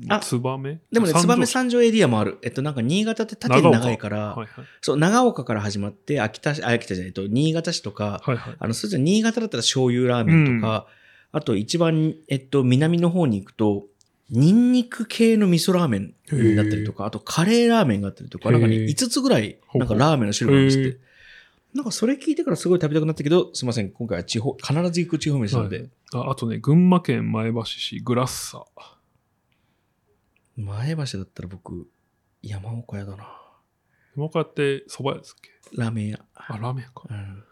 Speaker 1: あ。
Speaker 2: つばめ
Speaker 1: でもね、燕
Speaker 2: ん。
Speaker 1: 三条エリアもある。えっと、なんか新潟って縦に長いから、
Speaker 2: はいはい。
Speaker 1: そう、長岡から始まって、秋田市、あ秋田じゃないえっと、新潟市とか、
Speaker 2: はいはい。
Speaker 1: あの、それじゃ新潟だったら醤油ラーメンとか、あと一番、えっと、南の方に行くと、ニンニク系の味噌ラーメンになったりとか、あとカレーラーメンがあったりとか、
Speaker 2: へー
Speaker 1: なんかね、5つぐらい、なんかラーメンの種類があるんですって。なんかそれ聞いてからすごい食べたくなったけど、すいません、今回は地方、必ず行く地方飯なので、
Speaker 2: はいああとね、群馬県前橋市グラッサ。
Speaker 1: 前橋だったら僕、山岡屋だな。
Speaker 2: もうこうやって蕎麦屋ですっけ
Speaker 1: ラーメン屋。
Speaker 2: あ、ラーメン屋か。
Speaker 1: うん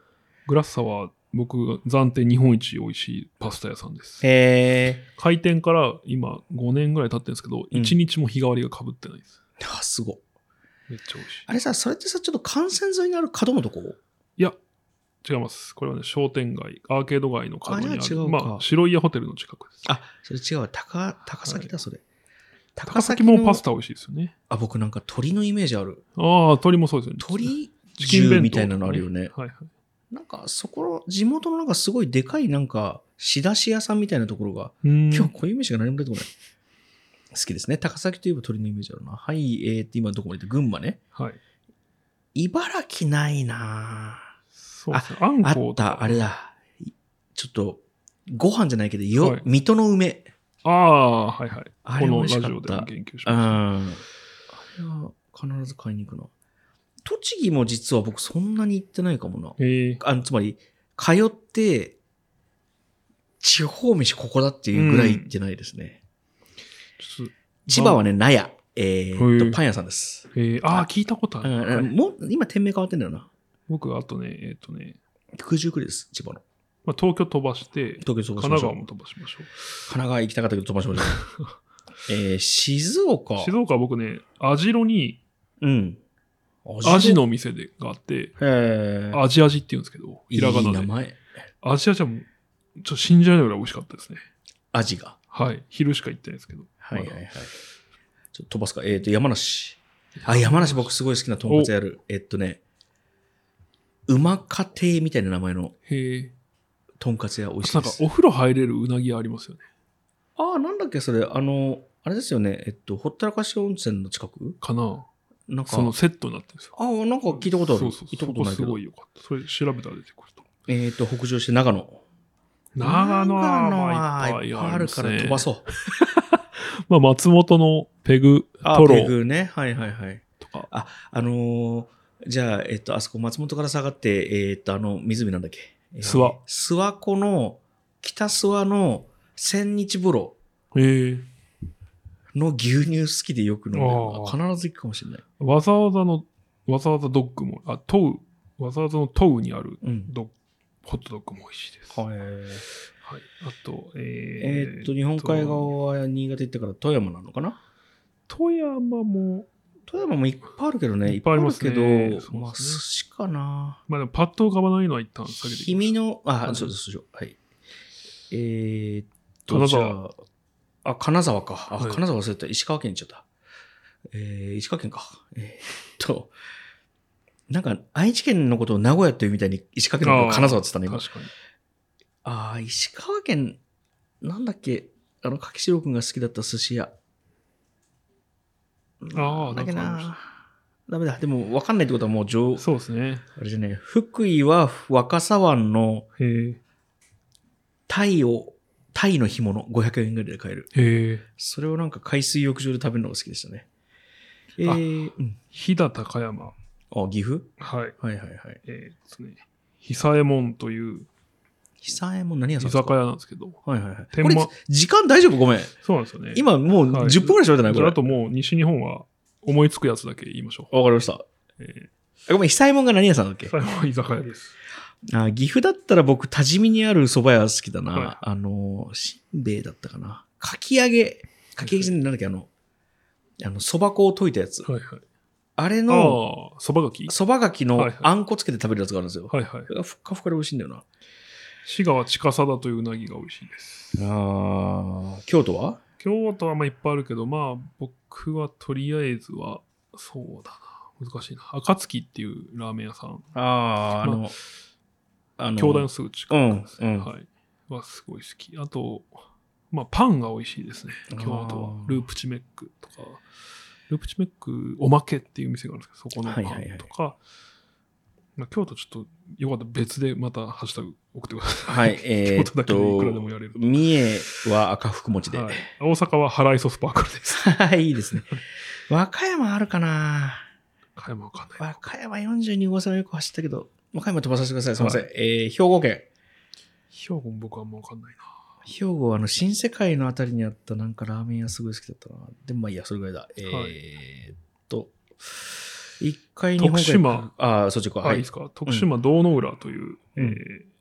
Speaker 2: グラッサは僕、暫定日本一美味しいパスタ屋さんです。
Speaker 1: へえ。
Speaker 2: 開店から今5年ぐらい経ってるんですけど、
Speaker 1: うん
Speaker 2: 1日も日替わりが被ってないです。
Speaker 1: あ、すごい。
Speaker 2: めっちゃ美味しい。
Speaker 1: あれさ、それってさ、ちょっと幹線沿いにある角のとこ
Speaker 2: いや、違います。これはね、商店街、アーケード街の角にある。
Speaker 1: あじゃあ違うか
Speaker 2: まあ、白い屋ホテルの近くです。
Speaker 1: あ、それ違うわ。高、高崎だ、それ。
Speaker 2: 高崎もパス
Speaker 1: タ。
Speaker 2: タ美味しいですよね。
Speaker 1: あ、僕なんか鳥のイメージある。
Speaker 2: ああ、鶏もそうですよね。
Speaker 1: 鳥
Speaker 2: チキン
Speaker 1: 重
Speaker 2: 弁当
Speaker 1: みたいなのあるよね。
Speaker 2: はいはい。
Speaker 1: なんか、そこの、地元のなんかすごいでかいなんか、仕出し屋さんみたいなところが、
Speaker 2: うーん
Speaker 1: 今日こういうイメージが何も出てこない。好きですね。高崎といえば鳥のイメージあるな。はい、えーと、今どこまで行って群馬ね。
Speaker 2: はい。
Speaker 1: 茨城ないな
Speaker 2: そうですね。あん
Speaker 1: あ
Speaker 2: こ
Speaker 1: っ
Speaker 2: うとか
Speaker 1: た、あれだ。いちょっと、ご飯じゃないけど、よ、
Speaker 2: はい
Speaker 1: 水戸の梅。
Speaker 2: ああ、はいはい。
Speaker 1: あれ
Speaker 2: こ
Speaker 1: 美
Speaker 2: の
Speaker 1: 味
Speaker 2: ラジ
Speaker 1: しか
Speaker 2: オ
Speaker 1: っ
Speaker 2: でも
Speaker 1: た。
Speaker 2: 言及し
Speaker 1: うん。
Speaker 2: ま
Speaker 1: あ
Speaker 2: し
Speaker 1: れは必ず買いに行くな。栃木も実は僕そんなに行ってないかもな。
Speaker 2: た。ええ
Speaker 1: あのつまり、通って、地方飯ここだっていうぐらい行ってないですね。
Speaker 2: ちょっと
Speaker 1: 千葉はね、納屋。えー、
Speaker 2: へ
Speaker 1: っ
Speaker 2: え
Speaker 1: と、パン屋さんです。
Speaker 2: ええああ、聞いたことあ
Speaker 1: う
Speaker 2: る。
Speaker 1: ん、
Speaker 2: はい
Speaker 1: もう、今店名変わってんだよな。
Speaker 2: 僕、あとね、えっ、とね、
Speaker 1: 九十九里です、千葉の。
Speaker 2: まあ、東京飛ばして、
Speaker 1: 東京飛
Speaker 2: 神
Speaker 1: ばしま
Speaker 2: 奈
Speaker 1: しょう
Speaker 2: 川も飛ばしましょう。
Speaker 1: 神奈川行きたかったけど飛ばしまし ょう。えー、静岡。
Speaker 2: 静岡は僕ね、アジロに、
Speaker 1: うん。
Speaker 2: アジ。の店でがあって、
Speaker 1: へー
Speaker 2: アジアジって言うんですけど、ひらが
Speaker 1: いい名
Speaker 2: なで。
Speaker 1: 前。
Speaker 2: アジアジはもう、ちょっと信じられないぐらい美味しかったですね。
Speaker 1: アジが。
Speaker 2: はい。昼しか行ってないですけど。
Speaker 1: はいはいは
Speaker 2: ま
Speaker 1: い
Speaker 2: だ。
Speaker 1: ちょっと飛ばすか。えっ、と、山梨。あ、山梨僕すごい好きなとんかつやる。えっとね、うまか亭みたいな名前の
Speaker 2: へえ。
Speaker 1: とんかつ屋美味しい
Speaker 2: な
Speaker 1: で
Speaker 2: んか、
Speaker 1: す。
Speaker 2: お風呂入れるうなぎ屋ありますよね。
Speaker 1: あ、なんだっけ、それ。あの、あれですよね。えっと、ほったらかし温泉の近く
Speaker 2: かな
Speaker 1: なんか
Speaker 2: そ、のセットになってるんですよ。
Speaker 1: あ、なんか聞いたことある。
Speaker 2: そうそう
Speaker 1: 聞いたことないけ
Speaker 2: そこす
Speaker 1: ど
Speaker 2: ご。いよかった。それ調べたら出てくると。
Speaker 1: えっ、と、北上して長野。
Speaker 2: 長野は、まあ、
Speaker 1: 長
Speaker 2: い
Speaker 1: 野
Speaker 2: っ
Speaker 1: はいっぱ
Speaker 2: ぱい
Speaker 1: いあ
Speaker 2: あり
Speaker 1: る
Speaker 2: ます
Speaker 1: から
Speaker 2: ね。
Speaker 1: 飛ばそう。
Speaker 2: まあ、松本のペグ、
Speaker 1: あ
Speaker 2: ト
Speaker 1: ペ
Speaker 2: ロ
Speaker 1: グね。はいはいはい。
Speaker 2: とか、
Speaker 1: あ、あのーじゃあ、えっと、あそこ松本から下がって、えっと、あの、湖なんだっけ。えー
Speaker 2: 諏訪。
Speaker 1: 諏訪湖の、北諏訪の千日風呂
Speaker 2: ええ
Speaker 1: の牛乳好きでよく飲んでる
Speaker 2: あ
Speaker 1: 必ず行くかもしれない。
Speaker 2: わざわざの、わざわざドッグも、あ、トウ、わざわざのトウにある
Speaker 1: うん。
Speaker 2: ドッグホットドッグも美味しいです。はい。
Speaker 1: はい。
Speaker 2: あと、え
Speaker 1: え
Speaker 2: ー
Speaker 1: ーっと、日本海側は新潟行ったから富山なのかな
Speaker 2: 富山も、
Speaker 1: 富山もいっぱいあるけどね、
Speaker 2: いっぱいあります
Speaker 1: け
Speaker 2: ね
Speaker 1: ど、
Speaker 2: そう
Speaker 1: まあ、
Speaker 2: で
Speaker 1: 寿
Speaker 2: す
Speaker 1: 司
Speaker 2: ね
Speaker 1: かな。
Speaker 2: まあでもパッと浮かばないのは一旦下げて
Speaker 1: 君の、あ、
Speaker 2: うん
Speaker 1: そうです、そうですはい。えーっと、
Speaker 2: 金
Speaker 1: じゃ
Speaker 2: 沢
Speaker 1: あ、あ、金沢か。あ、
Speaker 2: はい
Speaker 1: 金沢忘れてた。石川県行っちゃった。えー、石川県か。えーっと、なんか、愛知県のことを名古屋っていうみたいに、石川県のことを金沢って言ったね、今。
Speaker 2: 確かに。
Speaker 1: ああ、石川県、なんだっけ、あの、柿城くんが好きだった寿司屋。
Speaker 2: ああ
Speaker 1: だっけ
Speaker 2: なんかありま
Speaker 1: な。ダメだ。でも、わかんないってことはもう上、
Speaker 2: そうですね。
Speaker 1: あれじゃない。福井は若狭湾の
Speaker 2: へえ。
Speaker 1: タイを、タイの干物、500円ぐらいで買える。
Speaker 2: へえ。
Speaker 1: それをなんか海水浴場で食べるのが好きでしたね。えー、うん。
Speaker 2: 飛騨高山。
Speaker 1: あ、岐阜
Speaker 2: はい。
Speaker 1: はいはいはい。
Speaker 2: えーですね。久右衛門という
Speaker 1: 久江も何屋さんで
Speaker 2: 居
Speaker 1: す
Speaker 2: 酒
Speaker 1: か
Speaker 2: 屋なんですけど。
Speaker 1: はいはいはい。
Speaker 2: 天
Speaker 1: これ
Speaker 2: 満、
Speaker 1: 時間大丈夫ごめん。
Speaker 2: そうなんですよね。
Speaker 1: 今もう
Speaker 2: はい
Speaker 1: 10分ぐらい喋ってない、
Speaker 2: じ
Speaker 1: これ。
Speaker 2: ゃあ、
Speaker 1: わ
Speaker 2: あともう西日本は思いつくやつだけ言いましょ
Speaker 1: かりました。
Speaker 2: う。え
Speaker 1: ごめん、久右衛門が何屋さんだっけ
Speaker 2: ー、最後は居酒屋です。
Speaker 1: あ岐阜だったら僕、多治見にある蕎麦屋好きだな。
Speaker 2: はい
Speaker 1: あの、しんべヱだったかな。かき揚げ。かき揚げじゃないなんだっけ、あの、あの、蕎麦粉を溶いたやつ。
Speaker 2: はいはい。
Speaker 1: あれの、
Speaker 2: ああ、そばがき
Speaker 1: 蕎麦がき
Speaker 2: は
Speaker 1: の
Speaker 2: いはい
Speaker 1: あんこつけて食べるやつがあるんですよ。
Speaker 2: はいはい。
Speaker 1: ふっかふかで美味しいんだよな。
Speaker 2: 滋賀は近貞といううなぎが美味しいです。
Speaker 1: あー京都は
Speaker 2: 京都はまあいっぱいあるけど、まあ僕はとりあえずは、そうだな。難しいな。暁っていうラーメン屋さん。
Speaker 1: あー、あの、あの
Speaker 2: 兄弟のすぐ近くですね。
Speaker 1: うんうん
Speaker 2: はい。はすごい好き。あと、まあパンが美味しいですね。京都は
Speaker 1: あ。ー
Speaker 2: ループチメックとか。ループチメックおまけっていう店があるんですけど、そこのパンとか。
Speaker 1: はいはいはい
Speaker 2: まあ、京都ちょっとよかったら別でまたハッシュタグ送ってください。
Speaker 1: はい、えー
Speaker 2: 京都だ
Speaker 1: っ
Speaker 2: けでいくらでも
Speaker 1: と、
Speaker 2: やれる。
Speaker 1: 三重は赤福餅で。
Speaker 2: はい、大阪はハライソスパークルです。
Speaker 1: はい、いいですね。和歌山あるかな
Speaker 2: 加山わかんない。
Speaker 1: 和歌山42号線をよく走ったけど、和歌山飛ばさせてください。すみません。えー兵庫県。
Speaker 2: 兵庫も僕はあんまわかんないな。
Speaker 1: 兵庫はあの新世界のあたりにあったなんかラーメン屋すごい好きだったな。でもまあいいや、それぐらいだ。えーっと、一回日本海
Speaker 2: 徳島。
Speaker 1: ああ、そっちか。
Speaker 2: あ、、
Speaker 1: はい
Speaker 2: い
Speaker 1: い
Speaker 2: で。すか。徳島道の浦という、
Speaker 1: うん
Speaker 2: えー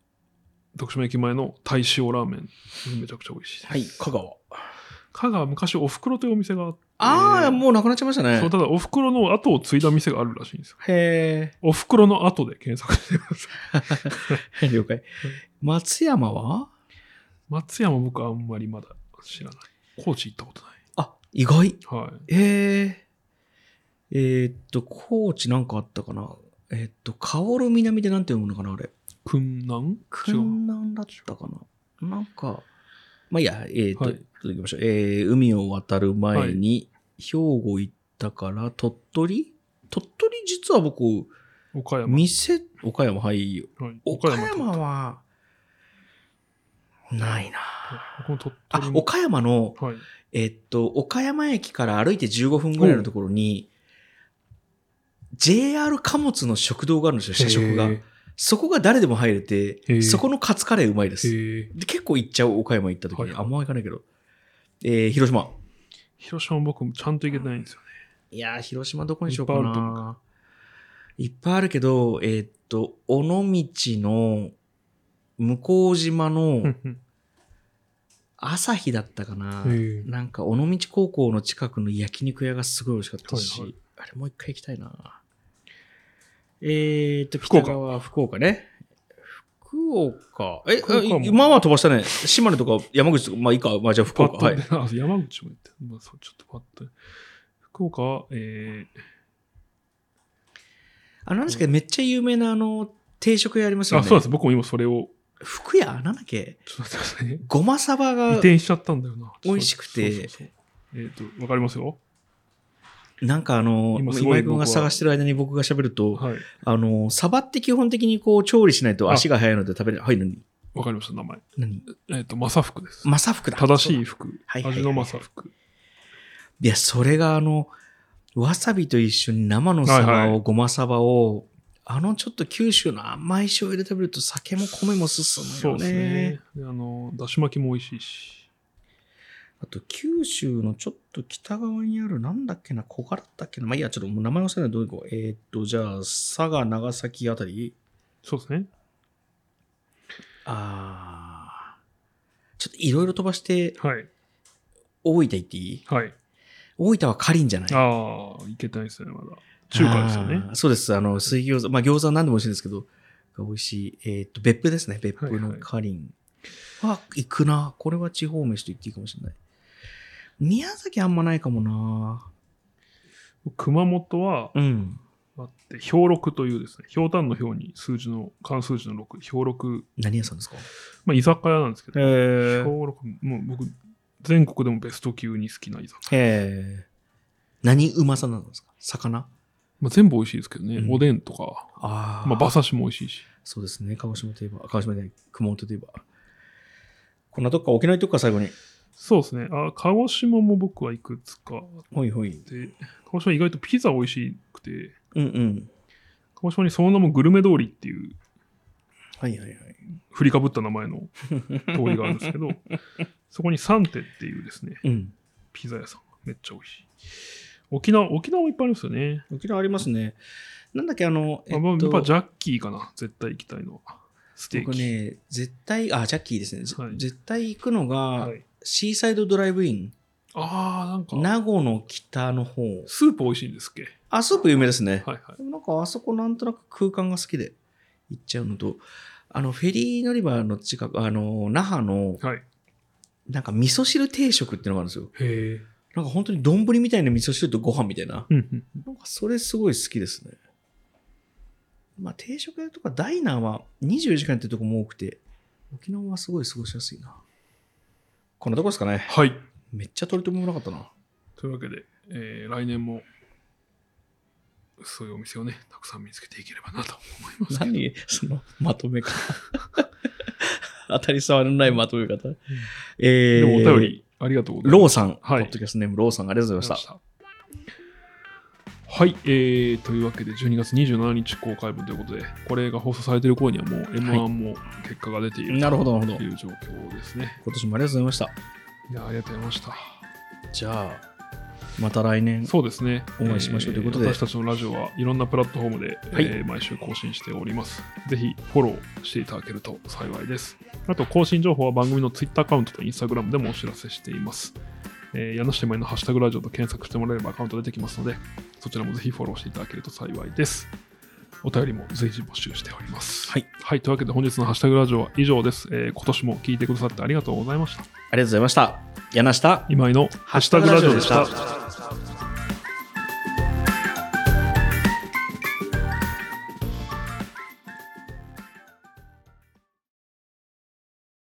Speaker 2: 徳島駅前の大塩ラーメン。めちゃくちゃ美味しいです。
Speaker 1: はい、香川。
Speaker 2: 香川、昔おふくろというお店があって。
Speaker 1: ああ、もうなくなっちゃいましたね
Speaker 2: そう、。ただおふくろの後を継いだ店があるらしいんですよ。
Speaker 1: へ
Speaker 2: おふくろの後で検索してくださ
Speaker 1: え。
Speaker 2: い。
Speaker 1: 了解。松山は
Speaker 2: 松山僕はあんまりまだ知らない。高知行ったこと
Speaker 1: あ、意外。
Speaker 2: ない。はい。
Speaker 1: へえ。えーっと、高知なんかあったかな。えーっと、薫南でなんて読むのかな、あれ。
Speaker 2: くんなん違
Speaker 1: 訓
Speaker 2: う。
Speaker 1: 南だったかななんか、まあいいや、えー、と、
Speaker 2: はい
Speaker 1: 続きましょう。えー、海を渡る前に、兵庫行ったから、鳥取鳥取実は僕、
Speaker 2: 岡山。
Speaker 1: 店、岡山、はい。
Speaker 2: はい
Speaker 1: 岡
Speaker 2: と
Speaker 1: 山は、ないな。
Speaker 2: はい僕も鳥取
Speaker 1: あ、
Speaker 2: も
Speaker 1: 岡山の、
Speaker 2: はい。
Speaker 1: えーっと、岡山駅から歩いて15分ぐらいのところに、JR 貨物の食堂があるんですよ、社食が
Speaker 2: へ。ー
Speaker 1: そこが誰でも入れ
Speaker 2: へ
Speaker 1: て、
Speaker 2: ー
Speaker 1: そこのカツカレーうまいです。
Speaker 2: へー
Speaker 1: で結構行っちゃう岡山行った時に、
Speaker 2: はいはい
Speaker 1: あんま行かないけど、えー、広島
Speaker 2: 広島僕もちゃんと行けてないんですよね。
Speaker 1: いやー広島どこにしようか
Speaker 2: いっぱいあると思う
Speaker 1: ないっぱいあるけどえーっと尾道の向島
Speaker 2: う
Speaker 1: の
Speaker 2: んうん
Speaker 1: 朝日だったかな、
Speaker 2: へえ
Speaker 1: なんか尾道高校の近くの焼肉屋がすごい美味しかったし、
Speaker 2: はいはい
Speaker 1: あれもう一回行きたいなえーっと
Speaker 2: 福
Speaker 1: 北
Speaker 2: 岡
Speaker 1: 川福岡ね福岡え
Speaker 2: 福岡も
Speaker 1: あまあまあ飛ばしたね島根とか山口とかまあいいかまあじゃあ福
Speaker 2: パ
Speaker 1: 岡
Speaker 2: ッと
Speaker 1: は
Speaker 2: 出
Speaker 1: い
Speaker 2: ない、あ山口も行って、まあ、そうちょっとパッと。福岡は、え
Speaker 1: あの、なんですけど、めっちゃ有名な、あの、定食屋あります
Speaker 2: ー、
Speaker 1: よ
Speaker 2: あ、
Speaker 1: ね。
Speaker 2: そうなんです。僕も今それを、
Speaker 1: 福屋なんだっけ
Speaker 2: ちょっと待ってくださいね。
Speaker 1: ごまサバ
Speaker 2: 移
Speaker 1: が、
Speaker 2: 転しちゃったんだよな。
Speaker 1: 美味しくて
Speaker 2: そうそうそうえっ、と、わかりますよ。
Speaker 1: なんかあの、
Speaker 2: 今
Speaker 1: 今
Speaker 2: すごい
Speaker 1: 井君が
Speaker 2: 僕は
Speaker 1: 探してる間に僕が喋ると、
Speaker 2: はい。
Speaker 1: あの、サバって基本的にこう、調理しないと
Speaker 2: あ
Speaker 1: 足が速いので食べれない。はい、何
Speaker 2: わかりました、名前。
Speaker 1: 何
Speaker 2: えっ、と、正福です。
Speaker 1: マサフクだ。
Speaker 2: 正し
Speaker 1: そう
Speaker 2: い
Speaker 1: だ。
Speaker 2: 服。
Speaker 1: はいはいはい
Speaker 2: 味の正福。
Speaker 1: いや、それがあの、わさびと一緒に生のサ
Speaker 2: は
Speaker 1: バ
Speaker 2: いは
Speaker 1: を、ごまサバを、あのちょっと九州の甘い醤油で食べると酒も米も進む
Speaker 2: そう
Speaker 1: よね。
Speaker 2: ですね。であの、だし巻きも美味しいし。
Speaker 1: あと九州のちょっと北側にあるなんだっけな、小柄だったっけな。まあいいや、ちょっともう名前忘れないどういう子。えーっと、じゃあ、佐賀、長崎あたり
Speaker 2: そうですね。
Speaker 1: あーちょっといろいろ飛ばして、
Speaker 2: はい。
Speaker 1: 大分行っていい
Speaker 2: はい。
Speaker 1: 大分はかりんじゃない
Speaker 2: ああ、いけてないですね、まだ。中華ですよね
Speaker 1: あ。ー。そうです。あの、水餃子、まあ餃子は何でも美味しいんですけど、が美味しい。えーっと、別府ですね。別府のかりんは行くな。これは地方飯と言っていいかもしれない。宮崎あんまないかもな。
Speaker 2: 熊本は
Speaker 1: うん。
Speaker 2: あって、氷六というですね、氷炭の氷に数字の、漢数字の六氷六、
Speaker 1: 何屋さんですか
Speaker 2: まあ居酒屋なんですけど、
Speaker 1: へえ
Speaker 2: 氷六、もう僕、全国でもベスト級に好きな居酒屋。
Speaker 1: へえ。何うまさなんですか魚
Speaker 2: まあ全部美味しいですけどね、
Speaker 1: うん
Speaker 2: おでんとか、
Speaker 1: あ
Speaker 2: まあ馬刺しも美味しいし。
Speaker 1: そうですね。鹿児島といえば、鹿児島で熊本といえば。こんなとこか、沖縄行っとくか、最後に。
Speaker 2: そうですね。あ、鹿児島も僕はいくつかあっ
Speaker 1: ほいほい。
Speaker 2: て、鹿児島意外とピザ美味しくて、
Speaker 1: うんうん。
Speaker 2: 鹿児島にその名もグルメ通りっていう
Speaker 1: はいはいはい。
Speaker 2: 振りかぶった名前 の通りがあるんですけど、そこにサンテっていうですね、
Speaker 1: うん。
Speaker 2: ピザ屋さんがめっちゃ美味しい。沖縄、沖縄もいっぱいありますよね。
Speaker 1: 沖縄ありますね。なんだっけ、あの、え
Speaker 2: あ
Speaker 1: っ
Speaker 2: まあやっぱ
Speaker 1: と、
Speaker 2: ジャッキーかな、絶対行きたいのは。ステーキ。
Speaker 1: 僕ね、絶対、あ、ジャッキーですね。ぜ
Speaker 2: はい
Speaker 1: 絶対行くのが、
Speaker 2: はい、
Speaker 1: シーサイドドライブイン。
Speaker 2: ああ、なんか、
Speaker 1: 名護の北の方。
Speaker 2: スープ美味しいんですっけ。
Speaker 1: あ、スープ有名ですね。
Speaker 2: はいはい。
Speaker 1: でもなんかあそこなんとなく空間が好きで行っちゃうのと、あの、フェリー乗り場の近く、あの、那覇の、
Speaker 2: はい、へ
Speaker 1: なんか味噌汁定食っていうのがあるんですよ。
Speaker 2: え。
Speaker 1: なんか本当に丼みたいな味噌汁とご飯みたいな。
Speaker 2: うんうん
Speaker 1: なんかそれすごい好きですね。まあ定食屋とかダイナーは24時間ってとこも多くて、沖縄はすごい過ごしやすいな。こんなとこですかね。
Speaker 2: はい。
Speaker 1: めっちゃ取り留めもなかったな。
Speaker 2: というわけで、えー来年も、そういうお店をね、たくさん見つけていければなと思いますけど。
Speaker 1: 何そのまとめ方。 当たり障りのないまとめ方。えー、
Speaker 2: でもお便り、ありがとうございます。
Speaker 1: ローさん、
Speaker 2: はい
Speaker 1: ポッドキャストネームローさん、ありがとうございました。
Speaker 2: はい、えー、というわけで12月27日公開分ということで、これが放送されている頃にはもう M1 も結果が出ている
Speaker 1: なるほど、なるほ
Speaker 2: と
Speaker 1: ど。
Speaker 2: いう状況ですね。
Speaker 1: 今年もありがとうございま
Speaker 2: いや、ありがとうございました。
Speaker 1: した。じゃあ、また来年。
Speaker 2: そうですね。
Speaker 1: お会いしましょうということで
Speaker 2: えー私たちのラジオはいろんなプラットフォームで、
Speaker 1: はい
Speaker 2: えー毎週更新しております。ぜひフォローしていただけると幸いです。あと、更新情報は番組の Twitter アカウントと Instagram でもお知らせしています。えー、柳下舞のハッシュタグラジオと検索してもらえればアカウント出てきますので、そちらもぜひフォローしていただけると幸いです。お便りも随時募集しております。
Speaker 1: はい。
Speaker 2: というわけで本日のハッシュタグラジオは以上です。えー今年も聞いてくださってありがとうございました。
Speaker 1: ありがとうございました。柳下。
Speaker 2: 今井のハッシュタグラジオでした。